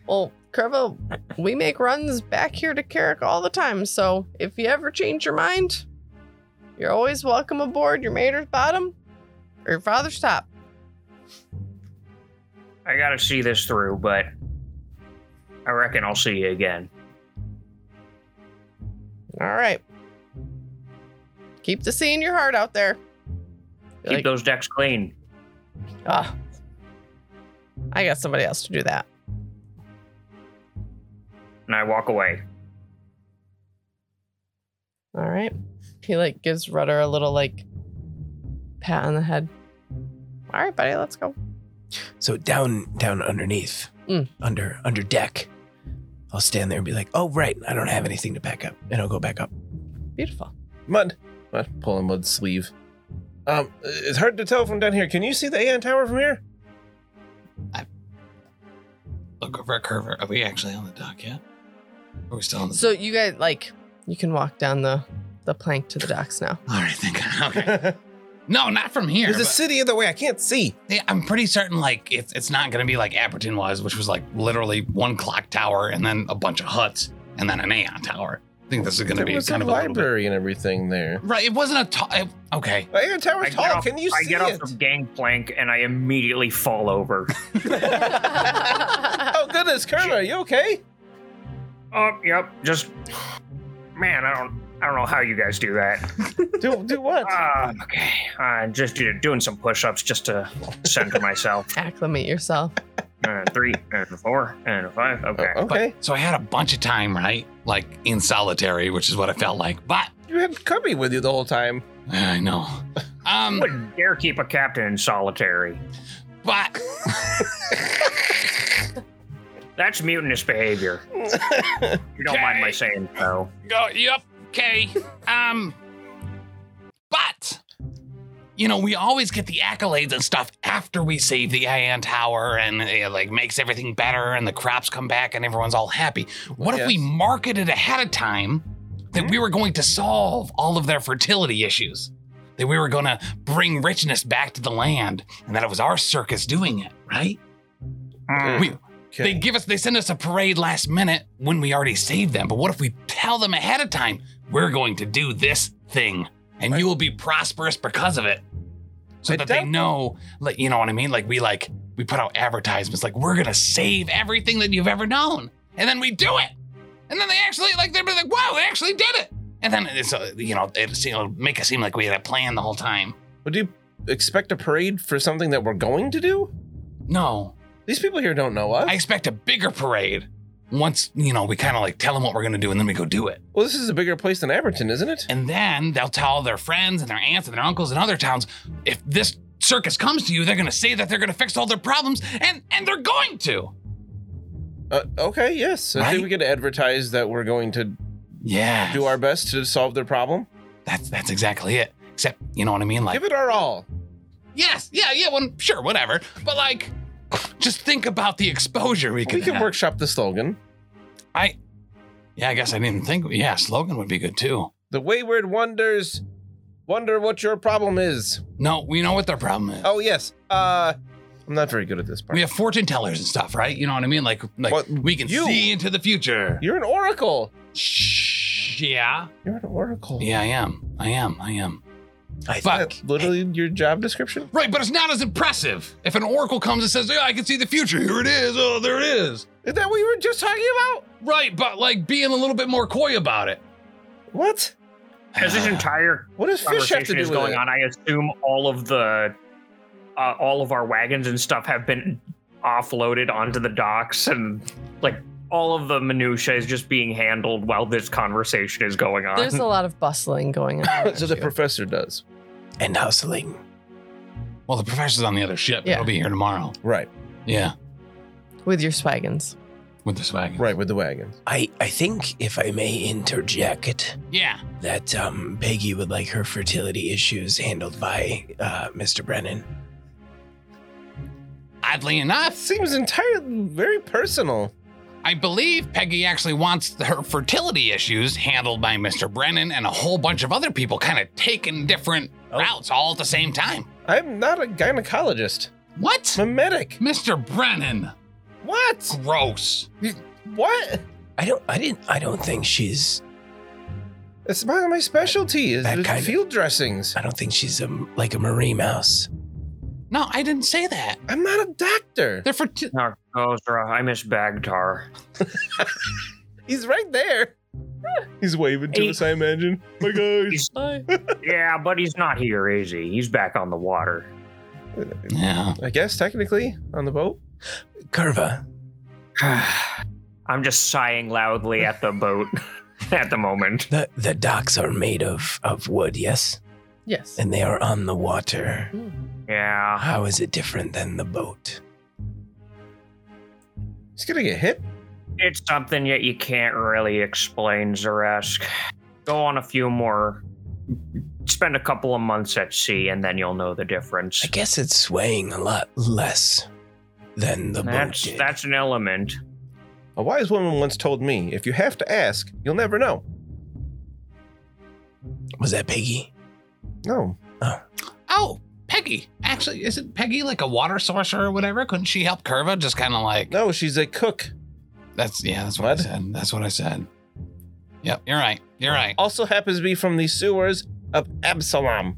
Speaker 1: Well, Kerva, we make runs back here to Carrick all the time, so if you ever change your mind, you're always welcome aboard your mater's bottom or your father's top.
Speaker 3: I gotta see this through, but I reckon I'll see you again.
Speaker 1: All right. Keep the sea in your heart out there.
Speaker 3: Keep
Speaker 1: Like-
Speaker 3: those decks clean.
Speaker 1: Ah. I got somebody else to do that.
Speaker 3: And I walk away.
Speaker 1: All right. He like gives Rudder a little like pat on the head. All right, buddy, let's go.
Speaker 6: so down, down underneath,
Speaker 1: Mm.
Speaker 6: under under deck, I'll stand there and be like, "Oh right, I don't have anything to pack up," and I'll go back up.
Speaker 1: Beautiful.
Speaker 5: Mud, Mud, pulling Mud's sleeve. Um, it's hard to tell from down here. Can you see the AI tower from here?
Speaker 2: Look over at Curver. Are we actually on the dock yet? Are we still on the
Speaker 1: So you guys like you can walk down the the plank to the docks now.
Speaker 2: All right, thank God. Okay.
Speaker 5: There's
Speaker 2: No, not from here.
Speaker 5: a
Speaker 2: but-
Speaker 5: city other way. I can't see.
Speaker 2: Yeah, I'm pretty certain like it's it's not gonna be like Apperton was, which was like literally one clock tower and then a bunch of huts and then an Aeon tower. I think this is gonna
Speaker 5: There
Speaker 2: be
Speaker 5: was a
Speaker 2: kind of a little bit.
Speaker 5: library and everything there.
Speaker 2: Right, it wasn't a ta- okay.
Speaker 5: The AI tower's
Speaker 3: I get
Speaker 5: tall.
Speaker 3: off-
Speaker 5: Can you
Speaker 3: I
Speaker 5: see
Speaker 3: get
Speaker 5: it?
Speaker 3: off the gangplank and I immediately fall over.
Speaker 5: Oh goodness, Colonel, are you okay?
Speaker 3: oh, yep. Just man, I don't I don't know how you guys do that.
Speaker 5: Do do what?
Speaker 3: Ah, okay. Uh, just do- doing some push-ups just to center myself.
Speaker 1: Acclimate yourself.
Speaker 3: Uh, three and a four and a five. Okay.
Speaker 5: Oh, okay,
Speaker 2: So I had a bunch of time, right? Like in solitary, which is what I felt like. But
Speaker 5: you had Cubby with you the whole time.
Speaker 2: I know.
Speaker 3: I
Speaker 2: Um
Speaker 3: wouldn't dare keep a captain in solitary.
Speaker 2: but
Speaker 3: That's mutinous behavior. You don't mind my
Speaker 2: Okay.
Speaker 3: saying so.
Speaker 2: Go. Yep. Okay. Um. But you know, we always get the accolades and stuff after we save the Ion Tower, and it like makes everything better, and the crops come back, and everyone's all happy. What if we
Speaker 5: Yes.
Speaker 2: marketed ahead of time that we were going to solve all of their fertility issues? That we were going to bring richness back to the land, and that it was our circus doing it, right?
Speaker 3: Mm.
Speaker 2: Hmm. We, they give us, they send us a parade last minute when we already saved them. But what if we tell them ahead of time, we're going to do this thing? and you will be prosperous because of it. So
Speaker 5: I
Speaker 2: that they
Speaker 5: don't-
Speaker 2: know, like you know what I mean? Like we like we put out advertisements like we're gonna save everything that you've ever known, and then we do it, and then they actually like they're like, wow, they actually did it, and then it's uh, you know it's, it'll make it seem like we had a plan the whole time.
Speaker 5: Would you expect a parade for something that we're going to do?
Speaker 2: No,
Speaker 5: These people here don't know us.
Speaker 2: I expect a bigger parade once you know we kind of like tell them what we're gonna do, and then we go do it.
Speaker 5: well, this is a bigger place than Everton, isn't it?
Speaker 2: And then they'll tell their friends and their aunts and their uncles in other towns if this circus comes to you, they're going to say that they're going to fix all their problems, and and they're going to.
Speaker 5: Uh, okay, yes. I
Speaker 2: Right?
Speaker 5: think we could advertise that we're going to
Speaker 2: Yeah,
Speaker 5: do our best to solve their problem.
Speaker 2: that's that's exactly it. Except you know what I mean, like
Speaker 5: Give it our all.
Speaker 2: yes, yeah, yeah, well, sure, whatever. But like, just think about the exposure we could.
Speaker 5: We can
Speaker 2: have.
Speaker 5: workshop the slogan.
Speaker 2: I, yeah, I guess I didn't think. Yeah, slogan would be good too.
Speaker 5: The wayward wonders wonder what your problem is.
Speaker 2: No, we know what their problem is.
Speaker 5: Oh yes. Uh, I'm not very good at this part.
Speaker 2: We have fortune tellers and stuff, right? You know what I mean? Like, like
Speaker 5: What-
Speaker 2: we can
Speaker 5: you-
Speaker 2: see into the future.
Speaker 5: You're an oracle.
Speaker 2: Shh, yeah.
Speaker 5: You're an oracle.
Speaker 2: Yeah, I am. I am. I am.
Speaker 6: I
Speaker 2: Fuck.
Speaker 5: That's literally your job description.
Speaker 2: Right, but it's not as impressive. If an oracle comes and says, yeah, I can see the future. Here it is. Oh, there it is.
Speaker 5: Is that what you were just talking about?
Speaker 2: Right, but like being a little bit more coy about it.
Speaker 5: What?
Speaker 3: As this entire
Speaker 5: What does fish have to
Speaker 3: conversation
Speaker 5: do
Speaker 3: is
Speaker 5: with
Speaker 3: going
Speaker 5: it?
Speaker 3: on, I assume all of the uh, all of our wagons and stuff have been offloaded onto the docks, and like all of the minutia is just being handled while this conversation is going on.
Speaker 1: There's a lot of bustling going on.
Speaker 5: So the professor does.
Speaker 6: and hustling.
Speaker 2: Well, the professor's on the other ship.
Speaker 1: Yeah.
Speaker 2: He'll be here tomorrow.
Speaker 5: Right.
Speaker 2: Yeah,
Speaker 1: with your swaggins.
Speaker 2: with this wagon.
Speaker 5: Right with the wagons.
Speaker 6: I I think if I may interject
Speaker 2: Yeah.
Speaker 6: that um Peggy would like her fertility issues handled by uh Mr. Brennan.
Speaker 2: Oddly
Speaker 5: That
Speaker 2: enough,
Speaker 5: seems entirely very personal.
Speaker 2: I believe Peggy actually wants her fertility issues handled by Mr. Brennan and a whole bunch of other people kind of taking different routes all at the same time.
Speaker 5: I'm not a gynecologist.
Speaker 2: What?
Speaker 5: I'm a medic.
Speaker 2: Mr. Brennan.
Speaker 5: What?
Speaker 2: Gross.
Speaker 5: What?
Speaker 6: I don't I didn't I don't think she's
Speaker 5: It's my my specialty is
Speaker 6: That
Speaker 5: the
Speaker 6: kind of-
Speaker 5: field dressings.
Speaker 6: I don't think she's a, like a Marie mouse.
Speaker 2: No, I didn't say that.
Speaker 5: I'm not a doctor.
Speaker 2: They're fertility.
Speaker 3: Oh, Gozra, I miss Bagtar.
Speaker 5: He's right there. He's waving to
Speaker 3: Hey.
Speaker 5: us, I imagine. My gosh.
Speaker 3: He's- yeah, but he's not here, is he? He's back on the water.
Speaker 2: Yeah.
Speaker 5: I guess technically on the boat.
Speaker 6: Curva,
Speaker 3: I'm just sighing loudly at the boat at the moment.
Speaker 6: the the docks are made of of wood, yes,
Speaker 1: Yes.
Speaker 6: and they are on the water.
Speaker 3: Yeah.
Speaker 6: How is it different than the boat?
Speaker 5: He's gonna get hit.
Speaker 3: It's something that you can't really explain, Zaresk. Go on a few more. Spend a couple of months at sea, and then you'll know the difference.
Speaker 6: I guess it's swaying a lot less than the
Speaker 3: That's
Speaker 6: boat did.
Speaker 3: that's an element.
Speaker 5: A wise woman once told me, if you have to ask, you'll never know.
Speaker 6: Was that Peggy?
Speaker 5: No.
Speaker 2: Oh, Peggy. Actually, isn't Peggy like a water sorcerer or whatever? Couldn't she help Curva? Just kind of like
Speaker 5: No, she's a cook.
Speaker 2: that's yeah. That's what,
Speaker 5: What?
Speaker 2: I said. That's what I said. Yep. You're right. You're right.
Speaker 5: Also happens to be from the sewers of Absalom.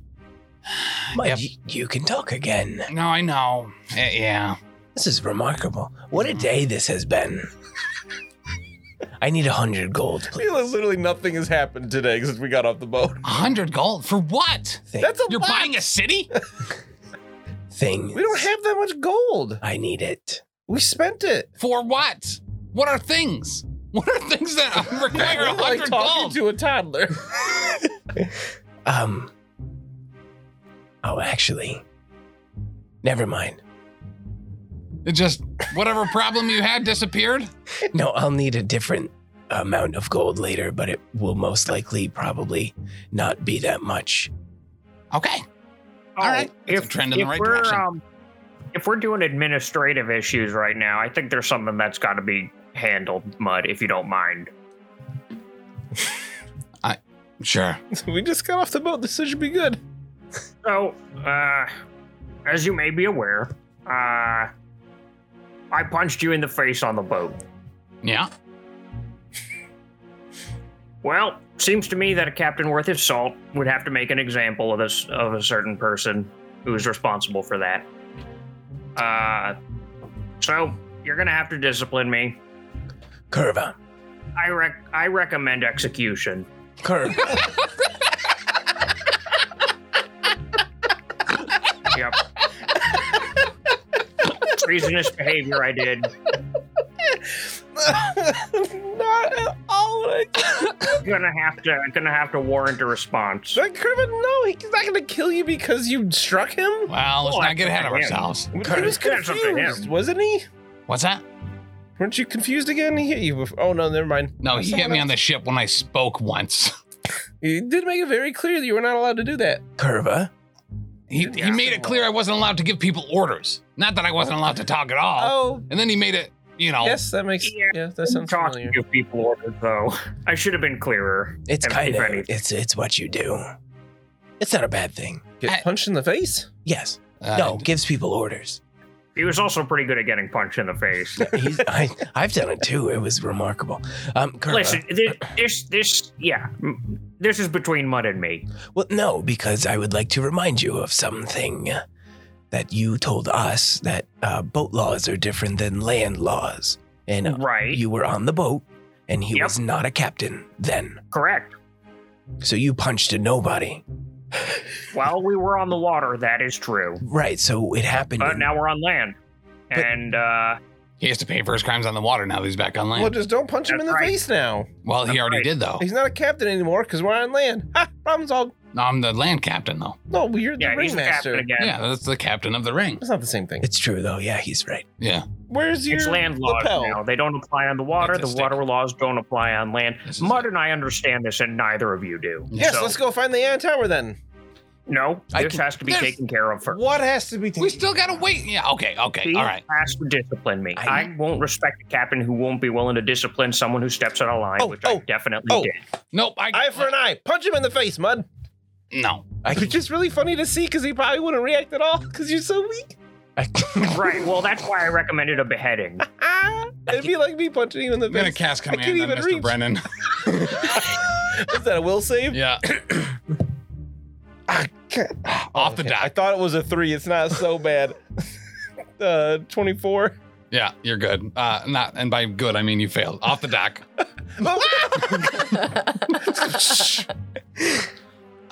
Speaker 6: Mud,
Speaker 2: Yep.
Speaker 6: y- you can talk again.
Speaker 2: No, I know. Eh, yeah.
Speaker 6: This is remarkable. What a day this has been. I need a hundred gold,
Speaker 5: I
Speaker 6: please.
Speaker 5: feel like literally nothing has happened today since we got off the boat.
Speaker 2: A hundred gold for what?
Speaker 6: Thing,
Speaker 5: That's a
Speaker 2: You're
Speaker 5: lot.
Speaker 2: buying a city?
Speaker 6: thing.
Speaker 5: We don't have that much gold.
Speaker 6: I need it.
Speaker 5: We spent it.
Speaker 2: For what? What are things? What are things that require a
Speaker 5: We're like
Speaker 2: hundred
Speaker 5: talking
Speaker 2: gold?
Speaker 5: to a toddler.
Speaker 6: Um. Oh, actually, never mind.
Speaker 2: It just whatever problem you had disappeared.
Speaker 6: No, I'll need a different amount of gold later, but it will most likely probably not be that much.
Speaker 2: Okay. All right. It's a trend in the right
Speaker 3: Oh, we're,
Speaker 2: direction.
Speaker 3: Um, if we're doing administrative issues right now, I think there's something that's got to be handled, Mud, if you don't mind.
Speaker 2: Sure.
Speaker 5: we just got off the boat. This should be good.
Speaker 3: So, uh, as you may be aware, uh, I punched you in the face on the boat.
Speaker 2: Yeah.
Speaker 3: Well, Seems to me that a captain worth his salt would have to make an example of this of a certain person who is responsible for that. Uh, so you're gonna have to discipline me.
Speaker 6: Curva.
Speaker 3: I rec- I recommend execution.
Speaker 6: Curva.
Speaker 3: Yep. Treasonous behavior I did.
Speaker 5: Not at all. Like,
Speaker 3: gonna have to gonna have to warrant a response.
Speaker 5: like Kermit, no, he's not gonna kill you because you struck him.
Speaker 2: Well, let's
Speaker 3: Oh, I
Speaker 2: not get ahead of
Speaker 3: am.
Speaker 2: ourselves.
Speaker 5: He was
Speaker 3: Kermit did something to
Speaker 5: confused, wasn't he?
Speaker 2: What's that?
Speaker 5: Weren't you confused again? He hit you. Before. Oh no, never mind.
Speaker 2: No, he hit
Speaker 5: Someone
Speaker 2: me on the ship when I spoke once.
Speaker 5: He did make it very clear that you were not allowed to do that.
Speaker 6: Curva.
Speaker 2: He, he made it clear I wasn't allowed to give people orders. Not that I wasn't allowed to talk at all.
Speaker 5: Oh,
Speaker 2: And then he made it, you know.
Speaker 5: yes, that makes
Speaker 3: Yeah.
Speaker 5: yeah, that sounds
Speaker 3: Talking
Speaker 5: familiar.
Speaker 3: to people ordered though. I should have been clearer.
Speaker 6: It's
Speaker 3: If- if
Speaker 6: kind of
Speaker 3: anything.
Speaker 6: it's it's what you do. It's not a bad thing.
Speaker 5: Get punched in the face.
Speaker 6: Yes.
Speaker 2: Uh,
Speaker 6: no, gives people orders.
Speaker 3: He was also pretty good at getting punched in the face.
Speaker 6: He's, I I've done it too. It was remarkable. Um Curva.
Speaker 3: Listen, thi- this this yeah, mm, this is between Mud and me.
Speaker 6: Well, no, because I would like to remind you of something that you told us that uh, boat laws are different than land laws. And uh,
Speaker 3: Right?
Speaker 6: you were on the boat, and he
Speaker 3: Yep.
Speaker 6: was not a captain then.
Speaker 3: Correct.
Speaker 6: So you punched a nobody.
Speaker 3: While we were on the water, that is true.
Speaker 6: Right. So it happened.
Speaker 3: But
Speaker 6: in-
Speaker 3: Uh, now we're on land,
Speaker 6: But-
Speaker 3: and uh,
Speaker 2: He has to pay for his crimes on the water now that he's back on
Speaker 5: Well,
Speaker 2: land.
Speaker 5: just don't punch him in
Speaker 3: That's
Speaker 5: the
Speaker 3: right.
Speaker 5: face now.
Speaker 2: Well, he
Speaker 3: that's
Speaker 2: already
Speaker 3: right.
Speaker 2: did, though.
Speaker 5: He's not a captain anymore because we're on land. Ha! Problem solved.
Speaker 2: I'm the land captain, though.
Speaker 5: No, well, you're the
Speaker 3: yeah, he's the captain
Speaker 5: ringmaster.
Speaker 2: Yeah,
Speaker 3: again.
Speaker 2: that's the captain of the ring.
Speaker 5: That's not the same thing.
Speaker 6: It's true, though. Yeah, he's right.
Speaker 2: Yeah.
Speaker 5: Where's your
Speaker 3: It's land laws
Speaker 5: lapel?
Speaker 3: now. They don't apply on the water.
Speaker 2: It's a
Speaker 3: The
Speaker 2: stick.
Speaker 3: water laws don't apply on land.
Speaker 2: This is
Speaker 3: Mud
Speaker 2: it.
Speaker 3: and I understand this, and neither of you do.
Speaker 5: Yes,
Speaker 3: So,
Speaker 5: let's go find the Iron Tower then.
Speaker 3: No,
Speaker 6: I
Speaker 3: this
Speaker 6: can-
Speaker 3: has to be
Speaker 2: There's-
Speaker 3: taken care of first.
Speaker 5: What has to be?
Speaker 2: We still got to wait. Yeah, okay, okay.
Speaker 3: He
Speaker 2: All right.
Speaker 3: has to discipline me.
Speaker 6: I-
Speaker 3: I, won't respect a captain who won't be willing to discipline someone who steps out of line,
Speaker 5: Oh,
Speaker 3: which I
Speaker 5: oh,
Speaker 3: definitely
Speaker 5: oh.
Speaker 3: did.
Speaker 2: Nope. I, uh,
Speaker 5: Eye for an eye. Punch him in the face, Mud.
Speaker 2: No.
Speaker 6: I
Speaker 5: It's just really funny to see because he probably wouldn't react at all because you're so weak.
Speaker 6: I,
Speaker 3: Right. Well, that's why I recommended a beheading.
Speaker 5: Ah, it'd be like me punching you in the
Speaker 2: I'm going to
Speaker 5: face.
Speaker 2: cast
Speaker 5: I can't
Speaker 2: command on
Speaker 5: even
Speaker 2: Mr.
Speaker 5: reach.
Speaker 2: Brennan.
Speaker 5: Is that a will save?
Speaker 2: yeah.
Speaker 5: Ah, God.
Speaker 2: Off the
Speaker 5: Okay,
Speaker 2: dock.
Speaker 5: I thought it was a three. It's not so bad. uh, 24.
Speaker 2: Yeah, you're good. Uh, not, and by good, I mean you failed. Off the dock.
Speaker 5: Oh,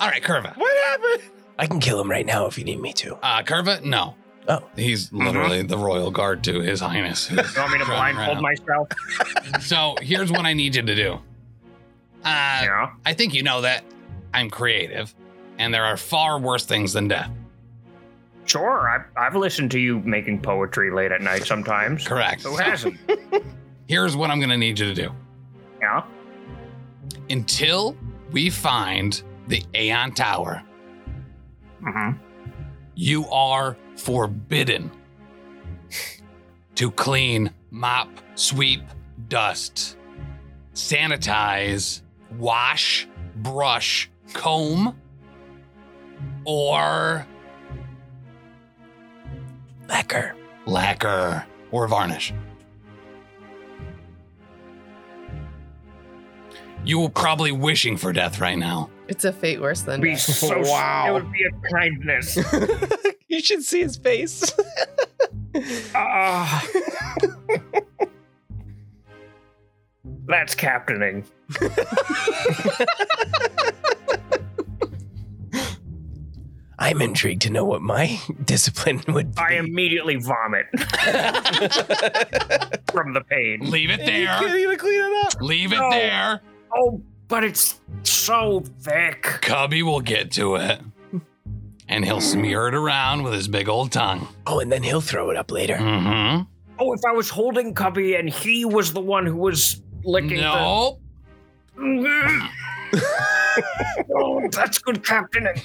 Speaker 2: All right, Curva.
Speaker 5: what happened?
Speaker 6: I can kill him right now if you need me to.
Speaker 2: Uh, Curva, no.
Speaker 6: Oh.
Speaker 2: He's literally the royal guard to His Highness. who's
Speaker 3: You want me to
Speaker 2: running right
Speaker 3: blindfold
Speaker 2: now.
Speaker 3: myself?
Speaker 2: So here's what I need you to do. Uh,
Speaker 3: Yeah.
Speaker 2: I think you know that I'm creative, and there are far worse things than death.
Speaker 3: Sure. I, I've listened to you making poetry late at night sometimes.
Speaker 2: Correct.
Speaker 3: Who hasn't?
Speaker 2: Here's what I'm going to need you to do.
Speaker 3: Yeah.
Speaker 2: Until we find the Aeon Tower,
Speaker 3: Mm-hmm.
Speaker 2: you are forbidden to clean, mop, sweep, dust, sanitize, wash, brush, comb, or
Speaker 6: Lacquer.
Speaker 2: lacquer or varnish. You were probably wishing for death right now.
Speaker 1: it's a fate worse than
Speaker 3: Be
Speaker 1: death.
Speaker 3: so
Speaker 5: Wow.
Speaker 3: It would be a kindness.
Speaker 6: You should see his face.
Speaker 3: Ah. that's captaining.
Speaker 6: I'm intrigued to know what my discipline would be.
Speaker 3: I immediately vomit from the pain.
Speaker 2: Leave it
Speaker 5: You can't
Speaker 2: there.
Speaker 5: even clean it up.
Speaker 2: Leave it
Speaker 3: No.
Speaker 2: there.
Speaker 3: Oh, but it's so thick.
Speaker 2: Cubby will get to it. And he'll smear it around with his big old tongue.
Speaker 6: Oh, and then he'll throw it up later.
Speaker 2: Mm-hmm.
Speaker 3: Oh, if I was holding Cubby and he was the one who was licking
Speaker 2: Nope.
Speaker 3: the. oh, that's good captaining.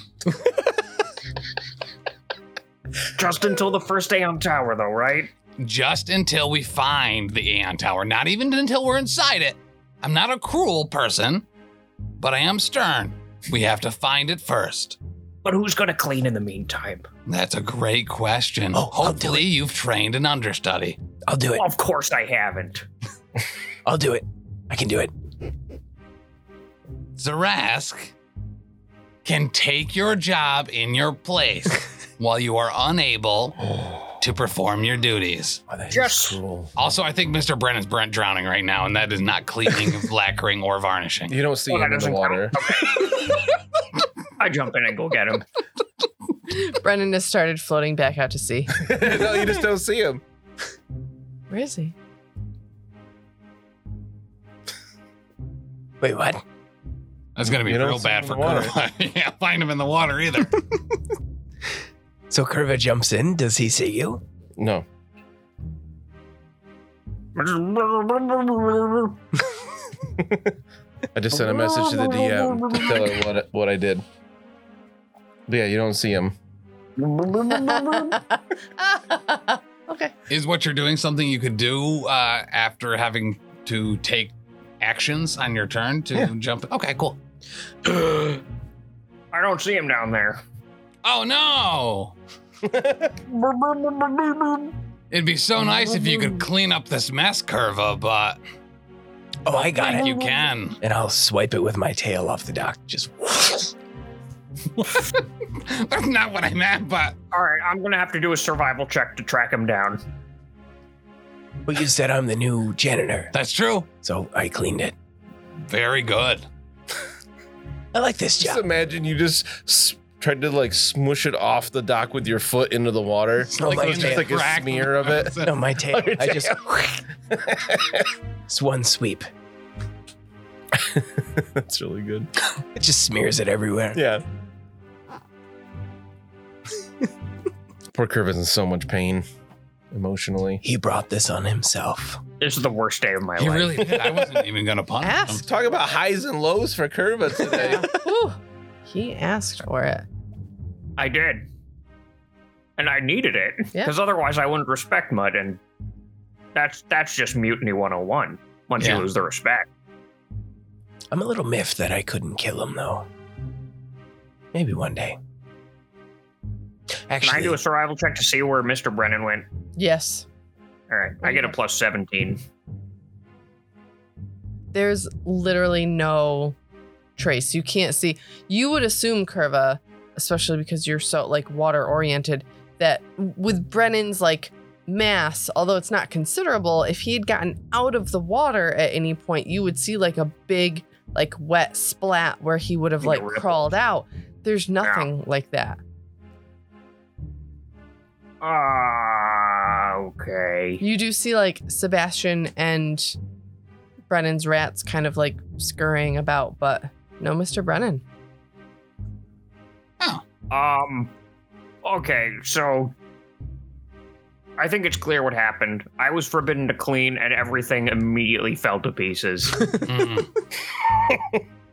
Speaker 3: Just until the first day on tower, though, right?
Speaker 2: Just until we find the Aeon Tower. Not even until we're inside it. I'm not a cruel person, but I am stern. We have to find it first.
Speaker 3: But who's gonna clean in the meantime?
Speaker 2: That's a great question.
Speaker 6: Oh, I'll do
Speaker 2: Hopefully, you've trained an understudy.
Speaker 6: I'll do it.
Speaker 3: Of course I haven't.
Speaker 6: I'll do it. I can do it.
Speaker 2: Zarask can take your job in your place while you are unable to perform your duties.
Speaker 6: Oh, that is
Speaker 3: Yes.
Speaker 6: cruel.
Speaker 2: Also, I think Mr. Brennan's Brent drowning right now, and that is not cleaning, lacquering, or varnishing.
Speaker 5: You don't see
Speaker 3: Well, Oh, that
Speaker 5: him in the
Speaker 3: doesn't
Speaker 5: water.
Speaker 3: I jump in and go get him.
Speaker 1: Brennan has started floating back out to sea.
Speaker 5: no, you just don't see him.
Speaker 1: Where is he?
Speaker 6: Wait, what?
Speaker 2: That's gonna be
Speaker 5: You don't
Speaker 2: real
Speaker 5: see
Speaker 2: bad
Speaker 5: him
Speaker 2: for
Speaker 5: in the water.
Speaker 2: Curva. I can't find him in the water either.
Speaker 6: So Curva jumps in. Does he see you?
Speaker 5: No. I just sent a message to the DM to tell her what, what I did. But yeah, you don't see him.
Speaker 1: okay.
Speaker 2: Is what you're doing something you could do uh, after having to take actions on your turn to
Speaker 5: Yeah.
Speaker 2: jump? Okay, cool.
Speaker 3: I don't see him down there.
Speaker 2: Oh no! It'd be so nice if you could clean up this mess, Curva, but
Speaker 6: Oh, I got
Speaker 2: I
Speaker 6: it.
Speaker 2: think you can.
Speaker 6: And I'll swipe it with my tail off the dock. Just
Speaker 2: That's not what I meant, but
Speaker 3: All right, I'm gonna have to do a survival check to track him down.
Speaker 6: But you said I'm the new janitor,
Speaker 2: that's true.
Speaker 6: so I cleaned it.
Speaker 2: Very good.
Speaker 6: I like this
Speaker 5: Just
Speaker 6: job.
Speaker 5: imagine you just s- tried to like smoosh it off the dock with your foot into the water.
Speaker 6: No,
Speaker 5: it's
Speaker 6: my
Speaker 2: in the
Speaker 5: just
Speaker 6: tail.
Speaker 5: like a
Speaker 2: crack.
Speaker 5: smear of it.
Speaker 6: No, my tail.
Speaker 5: Your
Speaker 6: I just it's one sweep.
Speaker 5: That's really good.
Speaker 6: It just smears it everywhere.
Speaker 5: Yeah. Poor Curve is in so much pain emotionally.
Speaker 6: He brought this on himself.
Speaker 3: This is the worst day of my
Speaker 2: You
Speaker 3: life.
Speaker 2: really did. I wasn't even gonna punish him.
Speaker 1: Ask.
Speaker 5: Talk about highs and lows for Curva today.
Speaker 1: Whew. He asked for it.
Speaker 3: I did, and I needed it
Speaker 1: Yeah.
Speaker 3: because otherwise I wouldn't respect Mud, and that's that's just mutiny 101. Once
Speaker 2: Yeah.
Speaker 3: you lose the respect,
Speaker 6: I'm a little miffed that I couldn't kill him though. Maybe one day.
Speaker 3: can I do
Speaker 6: Actually,
Speaker 3: a survival check to see where Mr. Brennan went?
Speaker 1: Yes.
Speaker 3: All right, I get a plus 17.
Speaker 1: There's literally no trace. You can't see. You would assume Curva, especially because you're so like water oriented, that with Brennan's like mass, although it's not considerable, if he had gotten out of the water at any point, you would see like a big like wet splat where he would have
Speaker 3: Like
Speaker 1: like
Speaker 3: a ripple.
Speaker 1: crawled out. There's nothing like that.
Speaker 3: Ah, okay.
Speaker 1: You do see like Sebastian and Brennan's rats kind of like scurrying about, but no Mr. Brennan.
Speaker 3: Um, okay, so I think it's clear what happened. I was forbidden to clean, and everything immediately fell to pieces.
Speaker 2: Mm.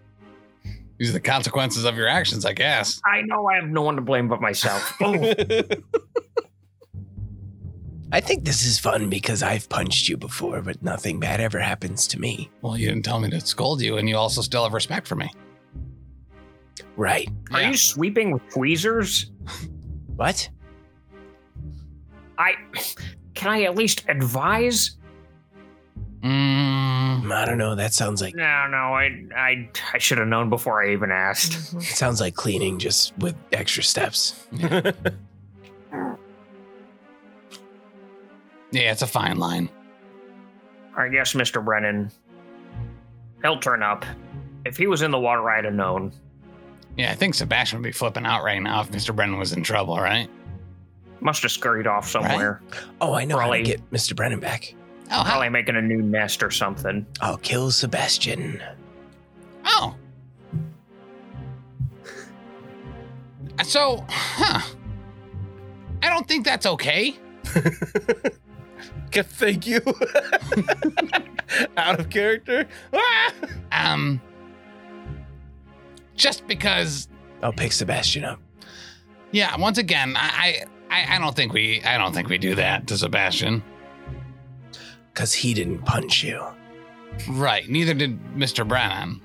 Speaker 2: These are the consequences of your actions, I guess.
Speaker 3: I know I have no one to blame but myself. Oh,
Speaker 6: I think this is fun because I've punched you before, but nothing bad ever happens to me.
Speaker 2: Well, you didn't tell me to scold you, and you also still have respect for me.
Speaker 6: Right.
Speaker 3: are
Speaker 2: Yeah.
Speaker 3: you sweeping with tweezers?
Speaker 6: What?
Speaker 3: I can I at least advise?
Speaker 2: Mm.
Speaker 6: I don't know. That sounds like
Speaker 3: No, no, I I I should have known before I even asked.
Speaker 6: it sounds like cleaning just with extra steps.
Speaker 2: Yeah, it's a fine line.
Speaker 3: I guess Mr. Brennan, he'll turn up. If he was in the water, I'd have known.
Speaker 2: Yeah, I think Sebastian would be flipping out right now if Mr. Brennan was in trouble, right?
Speaker 3: Must have scurried off somewhere,
Speaker 6: Oh, I know
Speaker 3: Probably.
Speaker 6: how to get Mr. Brennan back.
Speaker 2: Oh, hi.
Speaker 3: probably making a new nest or something.
Speaker 6: I'll kill Sebastian.
Speaker 2: Oh. So, huh. I don't think that's okay.
Speaker 5: Okay, Thank you. Out of character. Ah!
Speaker 2: Um, just because,
Speaker 6: I'll pick Sebastian up.
Speaker 2: yeah. Once again, I, I, I- I don't think we, I don't think we do that to Sebastian.
Speaker 6: Because he didn't punch you.
Speaker 2: Right. Neither did Mr. Brennan.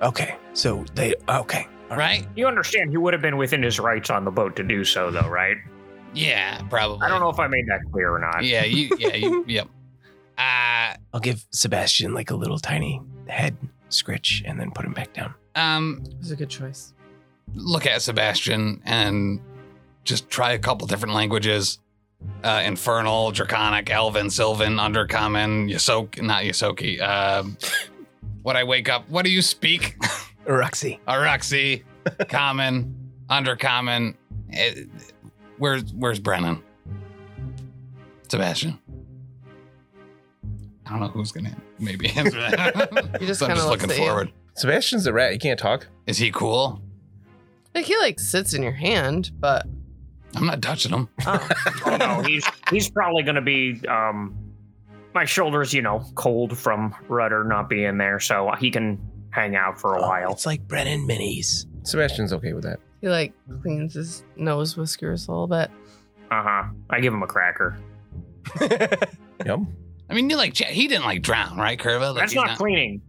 Speaker 6: Okay. So they. Okay. All
Speaker 2: Right?
Speaker 3: You understand he would have been within his rights on the boat to do so, though, right?
Speaker 2: Yeah, probably.
Speaker 3: I don't know if I made that clear or not.
Speaker 2: Yeah, you. Yeah, you. yep. Uh,
Speaker 6: I'll give Sebastian like a little tiny head Scritch, and then put him back down.
Speaker 2: Um,
Speaker 1: It was a good choice.
Speaker 2: look at Sebastian and just try a couple different languages. Uh, Infernal, Draconic, Elven, Sylvan, Undercommon, Yosoki, not Yosoki. Uh, what I wake up, what do you speak?
Speaker 6: Roxy.
Speaker 2: Aroxy, Common, Undercommon. Eh, where's Where's Brennan? Sebastian. I don't know who's gonna maybe answer that.
Speaker 1: You just
Speaker 2: so I'm
Speaker 1: kinda
Speaker 2: just
Speaker 1: looks
Speaker 2: looking
Speaker 1: at you.
Speaker 2: forward.
Speaker 5: Sebastian's the rat. He can't talk.
Speaker 2: Is he cool?
Speaker 1: Like he like sits in your hand, but
Speaker 2: I'm not touching him.
Speaker 1: oh,
Speaker 3: Oh no, he's he's probably gonna be um my shoulders, you know, cold from Rudder not being there, so he can hang out for a
Speaker 6: Oh,
Speaker 3: while.
Speaker 6: It's like Brennan minis.
Speaker 5: Sebastian's okay with that.
Speaker 1: he like cleans his nose whiskers a little bit.
Speaker 3: Uh huh. I give him a cracker.
Speaker 5: Yum.
Speaker 2: I mean, you like Jack- he didn't like drown, right, Curva? Like,
Speaker 3: That's
Speaker 2: he's
Speaker 3: not, cleaning.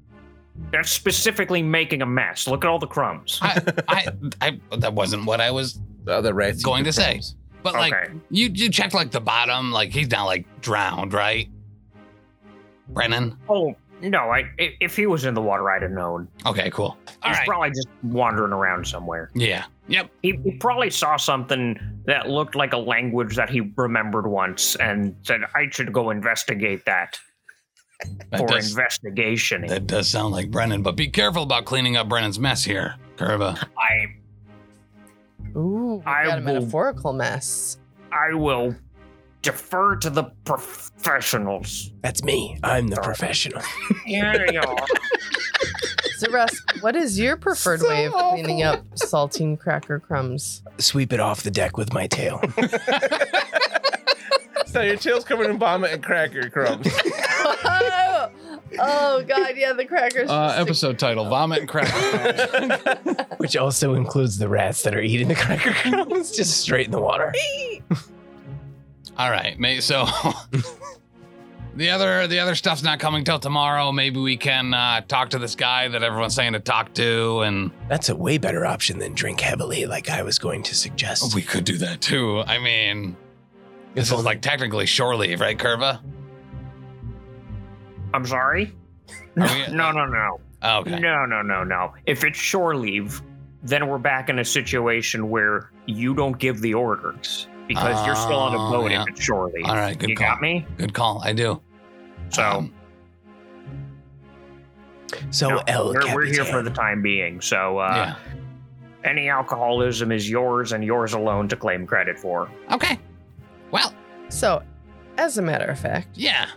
Speaker 3: That's specifically making a mess. Look at all the crumbs.
Speaker 2: I, I, I, that wasn't what I was.
Speaker 5: The other rats. eat
Speaker 2: Going
Speaker 5: the
Speaker 2: to say.
Speaker 5: crumbs.
Speaker 2: But
Speaker 3: okay.
Speaker 2: like, you you checked like the bottom. Like he's not like drowned, right? Brennan.
Speaker 3: oh no, I i- if he was in the water, I'd have known.
Speaker 2: Okay, cool. All
Speaker 3: he's
Speaker 2: right.
Speaker 3: probably just wandering around somewhere.
Speaker 2: yeah. Yep.
Speaker 3: He, he probably saw something that looked like a language that he remembered once and said, I should go investigate that
Speaker 2: That
Speaker 3: for
Speaker 2: does,
Speaker 3: investigation.
Speaker 2: that does sound like Brennan, but be careful about cleaning up Brennan's mess here, Curva.
Speaker 3: I
Speaker 1: Ooh, we
Speaker 3: I
Speaker 1: got a
Speaker 3: will-
Speaker 1: metaphorical mess.
Speaker 3: I will defer to the professionals.
Speaker 6: That's me. I'm the professional.
Speaker 3: Yeah, you are.
Speaker 1: Zaresk, what is your preferred
Speaker 6: So
Speaker 1: way of cleaning up saltine cracker crumbs?
Speaker 6: Sweep it off the deck with my tail.
Speaker 5: So your tail's covered in vomit and cracker crumbs.
Speaker 1: oh, god, yeah, the crackers.
Speaker 2: Uh,
Speaker 1: just stick-
Speaker 2: title: Vomit and Crack.
Speaker 6: Which also includes the rats that are eating the cracker crumbs just straight in the water.
Speaker 2: All right, may so the other the other stuff's not coming till tomorrow. Maybe we can uh, talk to this guy that everyone's saying to talk to, and
Speaker 6: That's a way better option than drink heavily, like I was going to suggest.
Speaker 2: Oh, we could do that too. I mean, this is like technically shore leave, right, Curva?
Speaker 3: I'm sorry?
Speaker 2: Are we-
Speaker 3: No, no, no.
Speaker 2: Oh, okay.
Speaker 3: No, no, no, no. If it's shore leave, then we're back in a situation where you don't give the orders because you're still on a
Speaker 2: Oh,
Speaker 3: boat
Speaker 2: yeah.
Speaker 3: if it's shore leave.
Speaker 2: All right, good
Speaker 3: you
Speaker 2: call.
Speaker 3: got me?
Speaker 2: Good call. I do.
Speaker 3: So,
Speaker 2: Um,
Speaker 6: so,
Speaker 3: no,
Speaker 6: El
Speaker 3: we're, we're here
Speaker 6: Capitan.
Speaker 3: for the time being. So, uh,
Speaker 2: yeah.
Speaker 3: any alcoholism is yours and yours alone to claim credit for.
Speaker 2: Okay. Well,
Speaker 1: So, as a matter of fact,
Speaker 2: yeah.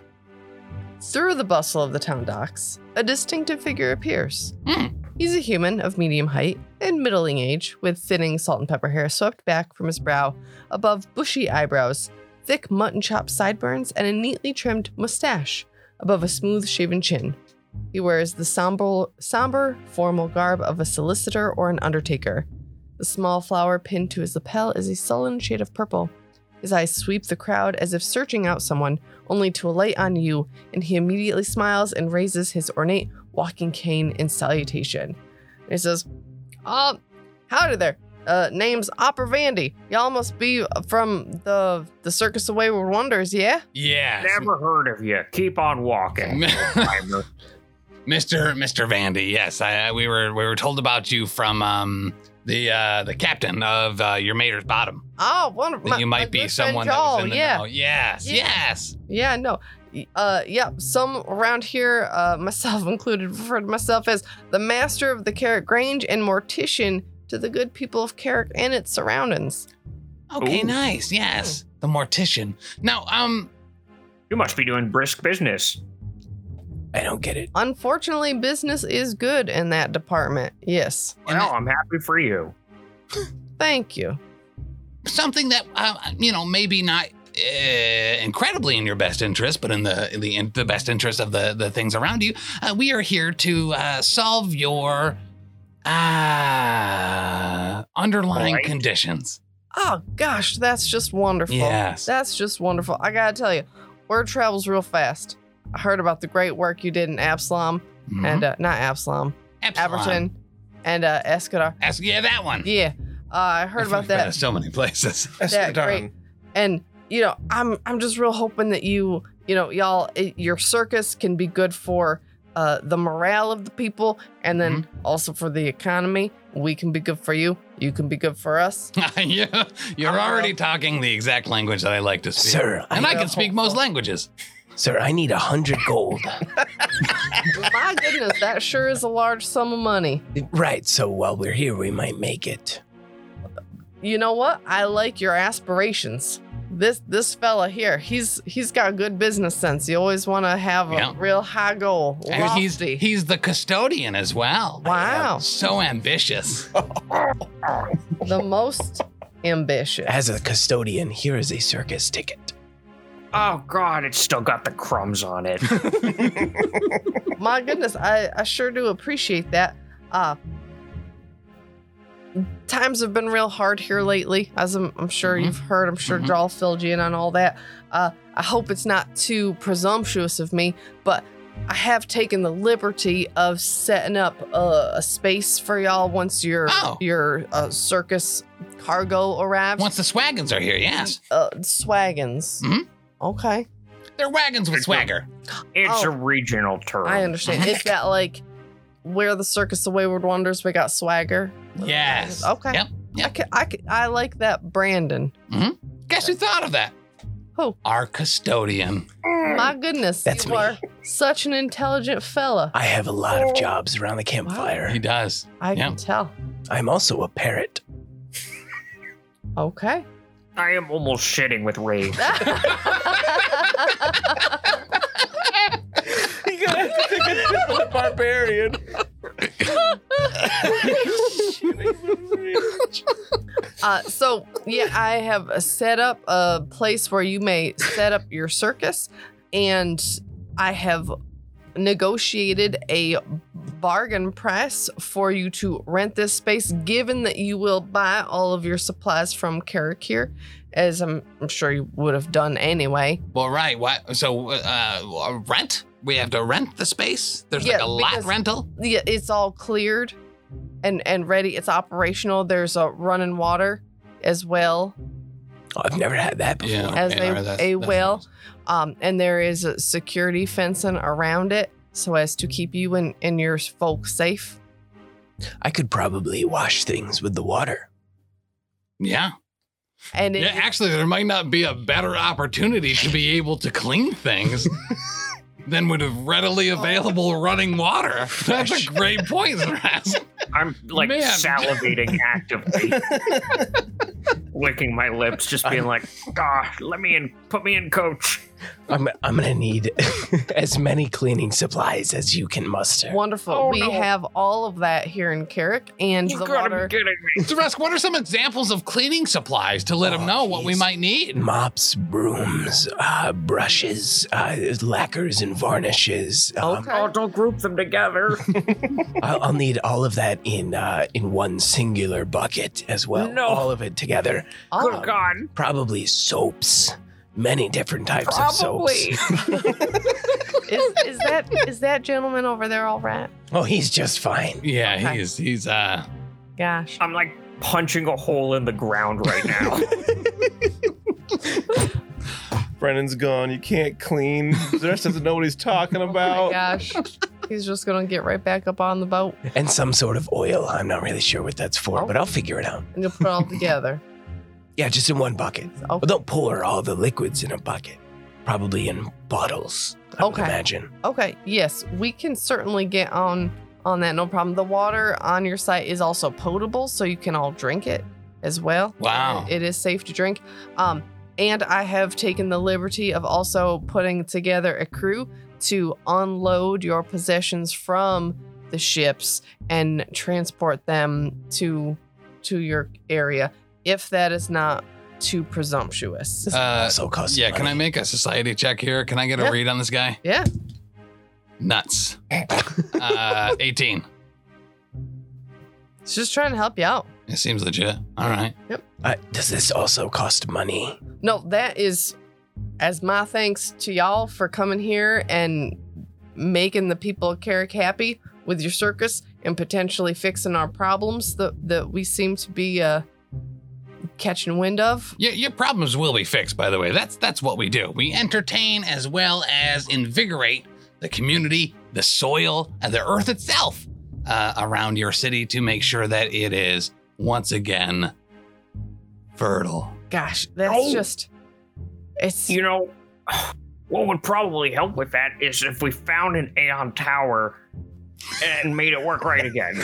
Speaker 1: Through the bustle of the town docks, a distinctive figure appears.
Speaker 2: Hmm.
Speaker 1: He's a human of medium height and middling age, with thinning salt and pepper hair swept back from his brow, above bushy eyebrows, thick mutton chop sideburns, and a neatly trimmed mustache above a smooth shaven chin. He wears the somber, somber, formal garb of a solicitor or an undertaker. The small flower pinned to his lapel is a sullen shade of purple. His eyes sweep the crowd as if searching out someone, only to alight on you and he immediately smiles and raises his ornate walking cane in salutation. And he says, Um, howdy there. Uh, name's Opera Vandy. Y'all must be from the the Circus of Wayward Wonders, yeah?
Speaker 2: Yeah.
Speaker 3: Never heard of you. Keep on walking. Timer.
Speaker 2: Mr. Mr. Vandy, yes, I, I- we were we were told about you from um, the uh, the captain of uh, your Mater's Bottom.
Speaker 1: Oh, one of
Speaker 2: That
Speaker 1: my,
Speaker 2: you
Speaker 1: my
Speaker 2: might be
Speaker 1: good friend
Speaker 2: someone that
Speaker 1: Joel,
Speaker 2: was in the
Speaker 1: yeah.
Speaker 2: know. Yes,
Speaker 1: Yeah.
Speaker 2: yes.
Speaker 1: Yeah, no. Uh, yeah, some around here, uh, myself included, refer to myself as the master of the Carrick Grange and mortician to the good people of Carrick and its surroundings.
Speaker 2: Okay,
Speaker 3: Ooh.
Speaker 2: nice.
Speaker 1: Hmm.
Speaker 2: Yes, the mortician. Now, um,
Speaker 3: You must be doing brisk business.
Speaker 6: I don't get it.
Speaker 1: Unfortunately, business is good in that department. Yes.
Speaker 2: and
Speaker 3: Well, I'm happy for you.
Speaker 1: Thank you.
Speaker 2: something that uh, you know maybe not uh, incredibly in your best interest, but in the in the, in the best interest of the the things around you. Uh, we are here to uh, solve your uh, underlying
Speaker 3: Right.
Speaker 2: conditions.
Speaker 1: Oh gosh, that's just wonderful.
Speaker 2: Yes.
Speaker 1: That's just wonderful. I gotta tell you, word travels real fast. I heard about the great work you did in Absalom
Speaker 2: Mhm.
Speaker 1: and uh, not Absalom,
Speaker 2: Epsilon.
Speaker 1: Aberton and uh, Escadar.
Speaker 2: Ask- yeah, that one.
Speaker 1: Yeah, uh, I heard
Speaker 2: I've
Speaker 1: about
Speaker 2: been to
Speaker 1: that.
Speaker 2: so many places.
Speaker 1: That
Speaker 5: Espadon.
Speaker 1: great- and you know eh, i'm i'm just real hoping that you you know y'all i- your circus can be good for uh, the morale of the people and then
Speaker 2: Mm-hmm.
Speaker 1: also for the economy. We can be good for you. You can be good for us.
Speaker 2: you, you're already talking the exact language that I like to speak.
Speaker 6: Sir, I,
Speaker 2: And I can speak most languages.
Speaker 6: sir, I need a hundred gold.
Speaker 1: My goodness, that sure is a large sum of money.
Speaker 6: right, so while we're here, we might make it.
Speaker 1: You know what? I like your aspirations. This this fella here, he's he's got good business sense. You always want to have a
Speaker 2: Yeah.
Speaker 1: real high goal.
Speaker 2: And he's,
Speaker 1: lofty.
Speaker 2: he's the custodian as well.
Speaker 1: Wow.
Speaker 2: So ambitious.
Speaker 1: the most ambitious.
Speaker 6: As a custodian, here is a circus ticket.
Speaker 3: Oh god, it's still got the crumbs on it.
Speaker 1: My goodness, I, I sure do appreciate that. Uh times have been real hard here lately, as I'm, I'm sure
Speaker 2: Mhm.
Speaker 1: you've heard. I'm sure
Speaker 2: Mhm.
Speaker 1: Jarl filled you in on all that. Uh I hope it's not too presumptuous of me, but I have taken the liberty of setting up a, a space for y'all once your
Speaker 2: Oh.
Speaker 1: your uh, circus cargo arrives.
Speaker 2: Once the swaggins are here, yes.
Speaker 1: uh, swagons.
Speaker 2: Mhm.
Speaker 1: Okay.
Speaker 2: They're wagons with swagger.
Speaker 3: It's
Speaker 1: Oh.
Speaker 3: a regional term.
Speaker 1: I understand. It's that like where the circus of wayward wonders we got swagger.
Speaker 2: Yes.
Speaker 1: Okay.
Speaker 2: Yep.
Speaker 1: I can, I can, I like that Brandon.
Speaker 2: Guess who thought of that?
Speaker 1: Who?
Speaker 2: Our custodian.
Speaker 1: My goodness,
Speaker 6: That's
Speaker 1: you
Speaker 6: me.
Speaker 1: are such an intelligent fella.
Speaker 6: I have a lot
Speaker 2: Oh.
Speaker 6: of jobs around the campfire.
Speaker 2: He does.
Speaker 1: I
Speaker 2: Yeah.
Speaker 1: can tell.
Speaker 6: I'm also a parrot.
Speaker 1: Okay.
Speaker 3: I am almost shitting with rage.
Speaker 5: You're gonna have to take a sip of the barbarian.
Speaker 1: uh, so yeah, I have uh, set up a place where you may set up your circus, and I have negotiated a bargain price for you to rent this space, given that you will buy all of your supplies from Karakir, as I'm, I'm sure you would have done anyway.
Speaker 2: Well, right. Why, so, uh, rent? We have to rent the space? There's like
Speaker 1: Yeah,
Speaker 2: a lot
Speaker 1: because-
Speaker 2: rental?
Speaker 1: Yeah, it's all cleared and and ready. It's operational. There's a running water as well.
Speaker 6: Oh, I've never had that before.
Speaker 1: As a- a whale. um, and there is a security fencing around it so as to keep you and, and your folk safe.
Speaker 6: I could probably wash things with the water.
Speaker 2: Yeah.
Speaker 1: And it,
Speaker 2: Yeah, actually, there might not be a better opportunity to be able to clean things than with readily available running water. That's
Speaker 6: Fresh.
Speaker 2: a great point, Zraz.
Speaker 3: I'm like
Speaker 2: Man.
Speaker 3: salivating actively. Licking my lips, just being like, "Ah, let me in, put me in, coach."
Speaker 6: I'm, I'm gonna need as many cleaning supplies as you can muster.
Speaker 1: wonderful.
Speaker 3: Oh,
Speaker 1: we
Speaker 3: no.
Speaker 1: have all of that here in Carrick and
Speaker 3: You
Speaker 1: the
Speaker 3: gotta
Speaker 1: water.
Speaker 3: be kidding me.
Speaker 2: Zraz, what are some examples of cleaning supplies to let them
Speaker 6: Oh,
Speaker 2: know what we
Speaker 6: geez.
Speaker 2: might need?
Speaker 6: Mops, brooms, uh, brushes, uh, lacquers, and varnishes. Um,
Speaker 1: Okay.
Speaker 3: Oh, don't group them together.
Speaker 6: I'll, I'll need all of that in uh, in one singular bucket as well.
Speaker 3: No.
Speaker 6: All of it together.
Speaker 1: All
Speaker 3: Good
Speaker 1: of-
Speaker 3: Oh, God.
Speaker 6: Probably soaps. Many different types of
Speaker 3: Probably.
Speaker 6: soaps.
Speaker 1: is, is that is that gentleman over there all right?
Speaker 6: Oh, he's just fine.
Speaker 2: Yeah,
Speaker 1: Okay.
Speaker 2: he's he's uh
Speaker 1: Gosh.
Speaker 3: I'm like punching a hole in the ground right now.
Speaker 5: Brennan's gone. You can't clean. The rest doesn't know what he's talking
Speaker 1: Oh my
Speaker 5: about.
Speaker 1: gosh. He's just gonna get right back up on the boat
Speaker 6: And some sort of oil. I'm not really sure what that's for, but I'll figure it out.
Speaker 1: and you'll put it all together.
Speaker 6: Yeah, just in one bucket.
Speaker 1: Oh,
Speaker 6: But don't pour all the liquids in a bucket. Probably in bottles. I would
Speaker 1: Okay.
Speaker 6: imagine.
Speaker 1: okay. Yes, we can certainly get on on that. No problem. The water on your site is also potable, so you can all drink it as well.
Speaker 2: wow.
Speaker 1: it is safe to drink. Um, and I have taken the liberty of also putting together a crew to unload your possessions from the ships and transport them to to your area if that is not too presumptuous.
Speaker 2: Uh,
Speaker 6: also costs.
Speaker 2: yeah, can I
Speaker 6: money.
Speaker 2: make a society check here? Can I get a
Speaker 1: Yeah.
Speaker 2: read on this guy?
Speaker 1: Yeah.
Speaker 2: Nuts. uh, 18.
Speaker 1: It's just trying to help you out.
Speaker 2: It seems legit. All right.
Speaker 6: Uh, does this also cost money?
Speaker 1: No, that is as my thanks to y'all for coming here and making the people of Carrick happy with your circus and potentially fixing our problems that that we seem to be uh, catching wind of.
Speaker 2: Your, your problems will be fixed, by the way. That's that's what we do. We entertain as well as invigorate the community, the soil, and the earth itself uh, around your city to make sure that it is once again fertile.
Speaker 1: Gosh, that's
Speaker 3: Oh.
Speaker 1: just. It's
Speaker 3: You know, what would probably help with that is if we found an Aeon Tower and made it work right again.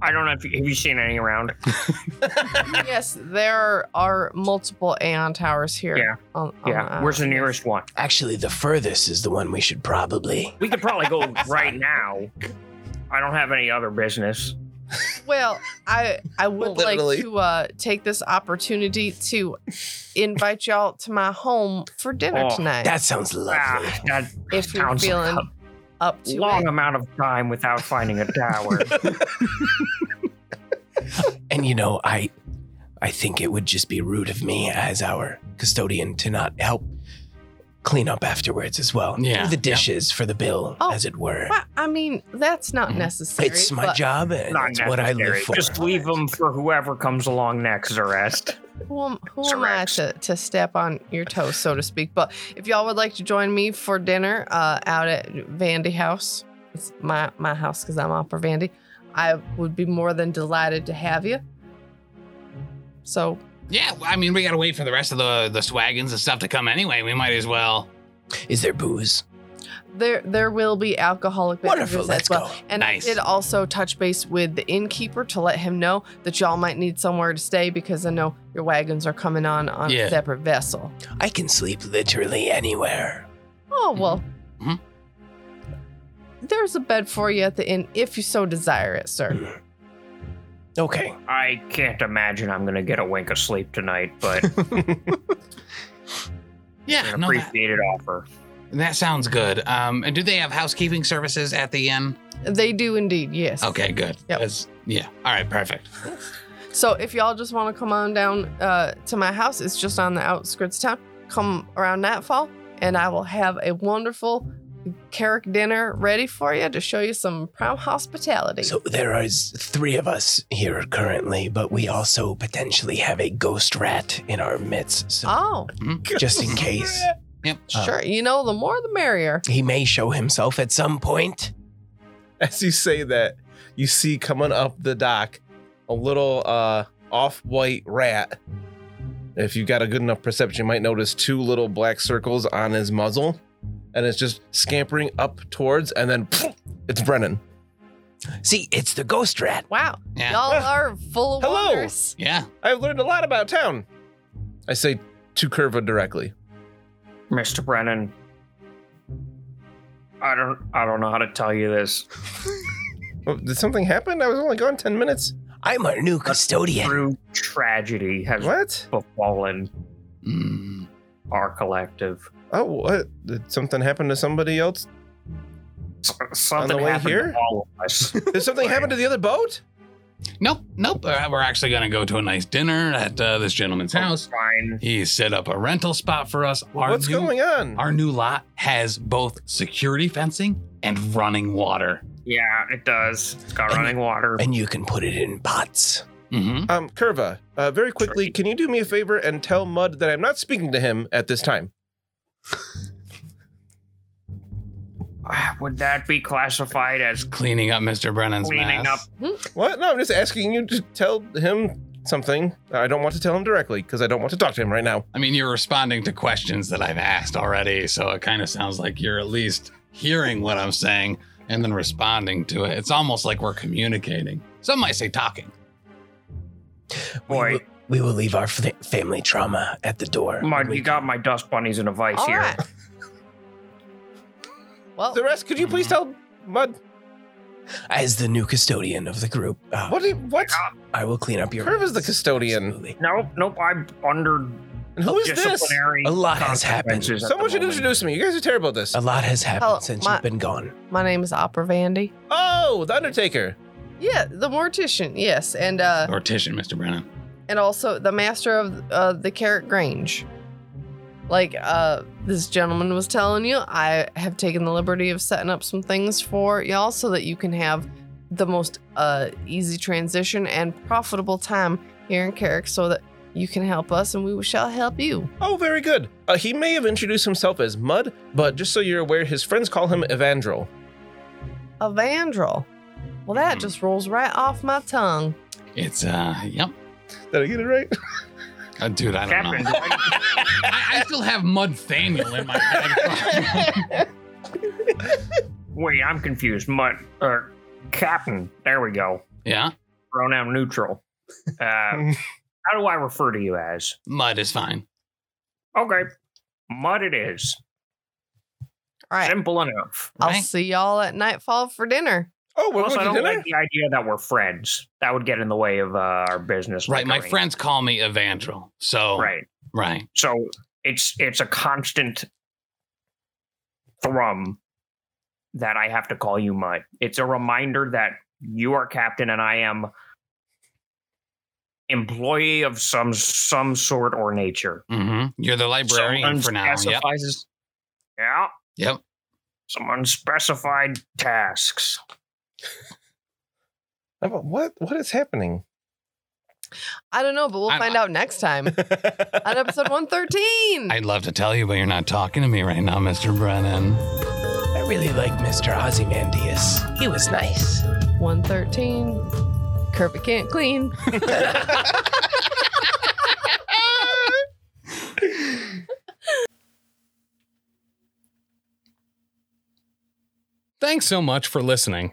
Speaker 3: I don't know if you, have you seen any around.
Speaker 1: yes, there are multiple Aeon towers here.
Speaker 3: Yeah.
Speaker 1: on- on
Speaker 3: Yeah,
Speaker 1: the
Speaker 3: where's the
Speaker 1: island.
Speaker 3: nearest one?
Speaker 6: Actually, the furthest is the one we should probably.
Speaker 3: We could probably go right now. I don't have any other business.
Speaker 1: Well, I I would like
Speaker 5: Literally.
Speaker 1: to uh, take this opportunity to invite y'all to my home for dinner
Speaker 3: Oh,
Speaker 1: tonight.
Speaker 6: That sounds lovely.
Speaker 3: Ah, that
Speaker 1: if you're
Speaker 3: sounds like
Speaker 1: feeling up to
Speaker 3: long
Speaker 1: it.
Speaker 3: amount of time without finding a tower.
Speaker 6: And you know, I I think it would just be rude of me as our custodian to not help clean up afterwards as well. Do
Speaker 2: Yeah.
Speaker 6: the dishes for the bill,
Speaker 1: Oh,
Speaker 6: as it were.
Speaker 1: But, I mean, that's not
Speaker 2: Mhm.
Speaker 1: necessary.
Speaker 6: Mm-hmm. It's my
Speaker 1: but-
Speaker 6: job and
Speaker 3: Not
Speaker 6: it's what I live
Speaker 3: necessary.
Speaker 6: for.
Speaker 3: Just leave them for whoever comes along next, Zarest.
Speaker 1: Who am, who am I to, to step on your toes, so to speak? But if y'all would like to join me for dinner uh, out at Vandy House, it's my, my house because I'm Opera Vandy, I would be more than delighted to have you. So,
Speaker 2: Yeah, I mean, we gotta wait for the rest of the the swagons and stuff to come anyway. We might as well.
Speaker 6: Is there booze?
Speaker 1: There, there will be alcoholic beverages
Speaker 6: Wonderful.
Speaker 1: as
Speaker 6: Let's
Speaker 1: well.
Speaker 6: go.
Speaker 1: And
Speaker 2: Nice.
Speaker 1: I did also touch base with the innkeeper to let him know that y'all might need somewhere to stay because I know your wagons are coming on on
Speaker 2: Yeah.
Speaker 1: a separate vessel.
Speaker 6: I can sleep literally anywhere.
Speaker 1: Oh well,
Speaker 2: Mhm.
Speaker 1: there's a bed for you at the inn if you so desire it, sir.
Speaker 2: Mm-hmm.
Speaker 6: Okay.
Speaker 3: I can't imagine I'm gonna get a wink of sleep tonight, but
Speaker 2: Yeah,
Speaker 3: an
Speaker 2: no, that,
Speaker 3: appreciated offer.
Speaker 2: that sounds good. Um, and do they have housekeeping services at the inn?
Speaker 1: They do indeed, yes.
Speaker 2: Okay, good.
Speaker 1: Yep.
Speaker 2: That's- yeah. All right, perfect.
Speaker 1: So if y'all just want to come on down uh, to my house, it's just on the outskirts of town. Come around nightfall, and I will have a wonderful Carrick dinner ready for you to show you some prime hospitality.
Speaker 6: So there is three of us here currently, but we also potentially have a ghost rat in our midst. So
Speaker 1: oh,
Speaker 6: just in case. Oh.
Speaker 1: sure. You know, the more the merrier.
Speaker 6: He may show himself at some point.
Speaker 5: As you say that, you see coming up the dock a little uh off-white rat. If you've got a good enough perception, you might notice two little black circles on his muzzle, and it's just scampering up towards, and then it's Brennan.
Speaker 6: See, it's the ghost rat.
Speaker 1: Wow,
Speaker 2: Yeah.
Speaker 1: y'all are full of
Speaker 5: Hello.
Speaker 1: wonders.
Speaker 2: Yeah.
Speaker 5: I've learned a lot about town. I say to Curva directly.
Speaker 3: Mr. Brennan, I don't I don't know how to tell you this.
Speaker 5: Oh, did something happen? I was only gone ten minutes.
Speaker 6: I'm our new custodian.
Speaker 3: True tragedy has
Speaker 5: What?
Speaker 3: befallen
Speaker 2: Mm.
Speaker 3: our collective.
Speaker 5: Oh, what? Did something happen to somebody else?
Speaker 3: S- Something
Speaker 5: way
Speaker 3: happened
Speaker 5: here?
Speaker 3: to all of us.
Speaker 5: Did something happen to the other boat?
Speaker 2: Nope. Nope. Uh, we're actually gonna go to a nice dinner at uh, this gentleman's
Speaker 3: Oh.
Speaker 2: house.
Speaker 3: Fine.
Speaker 2: He set up a rental spot for us. Our
Speaker 5: What's
Speaker 2: new,
Speaker 5: going on?
Speaker 2: Our new lot has both security fencing and running water.
Speaker 3: Yeah, it does. It's got
Speaker 6: And-
Speaker 3: running water.
Speaker 6: And you can put it in pots.
Speaker 2: Mm-hmm.
Speaker 5: Um, Curva, uh, very quickly,
Speaker 3: Sorry.
Speaker 5: can you do me a favor and tell Mud that I'm not speaking to him at this time?
Speaker 3: Would that be classified as
Speaker 2: Cleaning up Mr. Brennan's
Speaker 3: Cleaning
Speaker 2: mess.
Speaker 3: up
Speaker 5: What? No, I'm just asking you to tell him something. I don't want to tell him directly because I don't want to talk to him right now.
Speaker 2: I mean, you're responding to questions that I've asked already, so it kind of sounds like you're at least hearing what I'm saying and then responding to it. It's almost like we're communicating. Some might say talking.
Speaker 6: We
Speaker 3: boy?
Speaker 6: will, we will leave our fa- family trauma at the door.
Speaker 3: Mud,
Speaker 6: We-
Speaker 3: you got my dust bunnies in a vice
Speaker 1: All
Speaker 3: here.
Speaker 1: right. well,
Speaker 5: The rest, could you please
Speaker 3: Mm-hmm.
Speaker 5: tell Mud?
Speaker 6: as the new custodian of the group, uh,
Speaker 5: What? do you- What?
Speaker 6: I will clean up your.
Speaker 5: Curva's the custodian.
Speaker 6: Absolutely.
Speaker 3: Nope, nope. I'm under
Speaker 5: And who is this?
Speaker 3: disciplinary.
Speaker 6: A lot has happened.
Speaker 3: consequences at the
Speaker 5: Someone should
Speaker 3: moment. Um,
Speaker 5: introduce me. You guys are terrible at this.
Speaker 6: A lot has happened
Speaker 1: Hello,
Speaker 6: since
Speaker 1: my-
Speaker 6: you've been gone.
Speaker 1: my name is Opera Vandy.
Speaker 5: Oh, the Undertaker.
Speaker 1: Yeah, the mortician. Yes, and uh,
Speaker 2: Mortician, Mr. Brennan.
Speaker 1: and also the master of uh, the Carrot Grange. Like uh, this gentleman was telling you, I have taken the liberty of setting up some things for y'all so that you can have the most uh, easy transition and profitable time here in Carrick, so that You can help us, and we shall help you.
Speaker 5: Oh, very good. Uh, he may have introduced himself as Mud, but just so you're aware, his friends call him Evandril.
Speaker 1: A Vandrel. Well, that
Speaker 2: Hmm.
Speaker 1: just rolls right off my tongue.
Speaker 2: It's uh, yep.
Speaker 5: Did I get it right?
Speaker 2: Uh, dude, I don't
Speaker 3: Captain,
Speaker 2: know. I, I still have Mud Thaniel in my head.
Speaker 3: wait, I'm confused. Mud, or Captain, there we go.
Speaker 2: yeah,
Speaker 3: Pronoun neutral. Uh, how do I refer to you as?
Speaker 2: Mud is fine.
Speaker 3: Okay, Mud it is.
Speaker 1: All right.
Speaker 3: Simple enough.
Speaker 1: I'll
Speaker 2: Right.
Speaker 1: see y'all at nightfall for dinner.
Speaker 5: Oh, we're
Speaker 3: Plus, I
Speaker 5: going to
Speaker 3: don't
Speaker 5: dinner?
Speaker 3: like the idea that we're friends. That would get in the way of uh, our business.
Speaker 2: Right, my
Speaker 3: lingering.
Speaker 2: friends call me Evandril. So
Speaker 3: Right.
Speaker 2: right.
Speaker 3: So it's it's a constant thrum that I have to call you Mud. It's a reminder that you are captain and I am employee of some some sort or nature.
Speaker 2: Mm-hmm. You're the librarian
Speaker 3: Someone
Speaker 2: for now. Yep.
Speaker 3: specifies- Yeah.
Speaker 2: Yep.
Speaker 3: Some unspecified tasks.
Speaker 5: Oh, but What, what is happening?
Speaker 1: I don't know, but we'll
Speaker 2: I'm-
Speaker 1: find out next time on episode 113.
Speaker 2: I'd love to tell you, but you're not talking to me right now, Mr. Brennan.
Speaker 6: I really like Mr. Ozymandias. He was nice.
Speaker 1: 113. Kirby can't clean.
Speaker 4: Thanks so much for listening.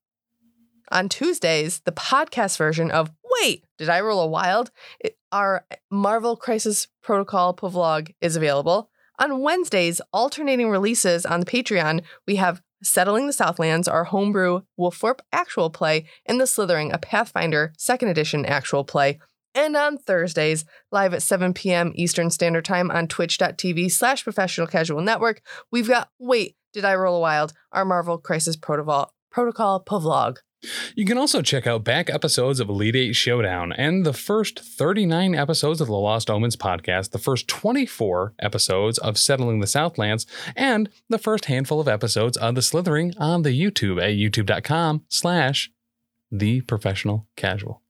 Speaker 1: On Tuesdays, the podcast version of Wait, Did I Roll a Wild? It- our Marvel Crisis Protocol Povlog is available. On Wednesdays, alternating releases on the Patreon, we have Settling the Southlands, our homebrew Wolforp actual play, and The Slithering, a Pathfinder second edition actual play. And on Thursdays, live at 7 p.m. Eastern Standard Time on twitch.tv slash professional casual network, we've got Wait, Did I Roll a Wild? Our Marvel Crisis Protocol, Protocol Povlog.
Speaker 4: You can also check out back episodes of Elite Eight Showdown and the first 39 episodes of the Lost Omens podcast, the first 24 episodes of Settling the Southlands, and the first handful of episodes of The Slithering on the YouTube at youtube.com slash the professional casual.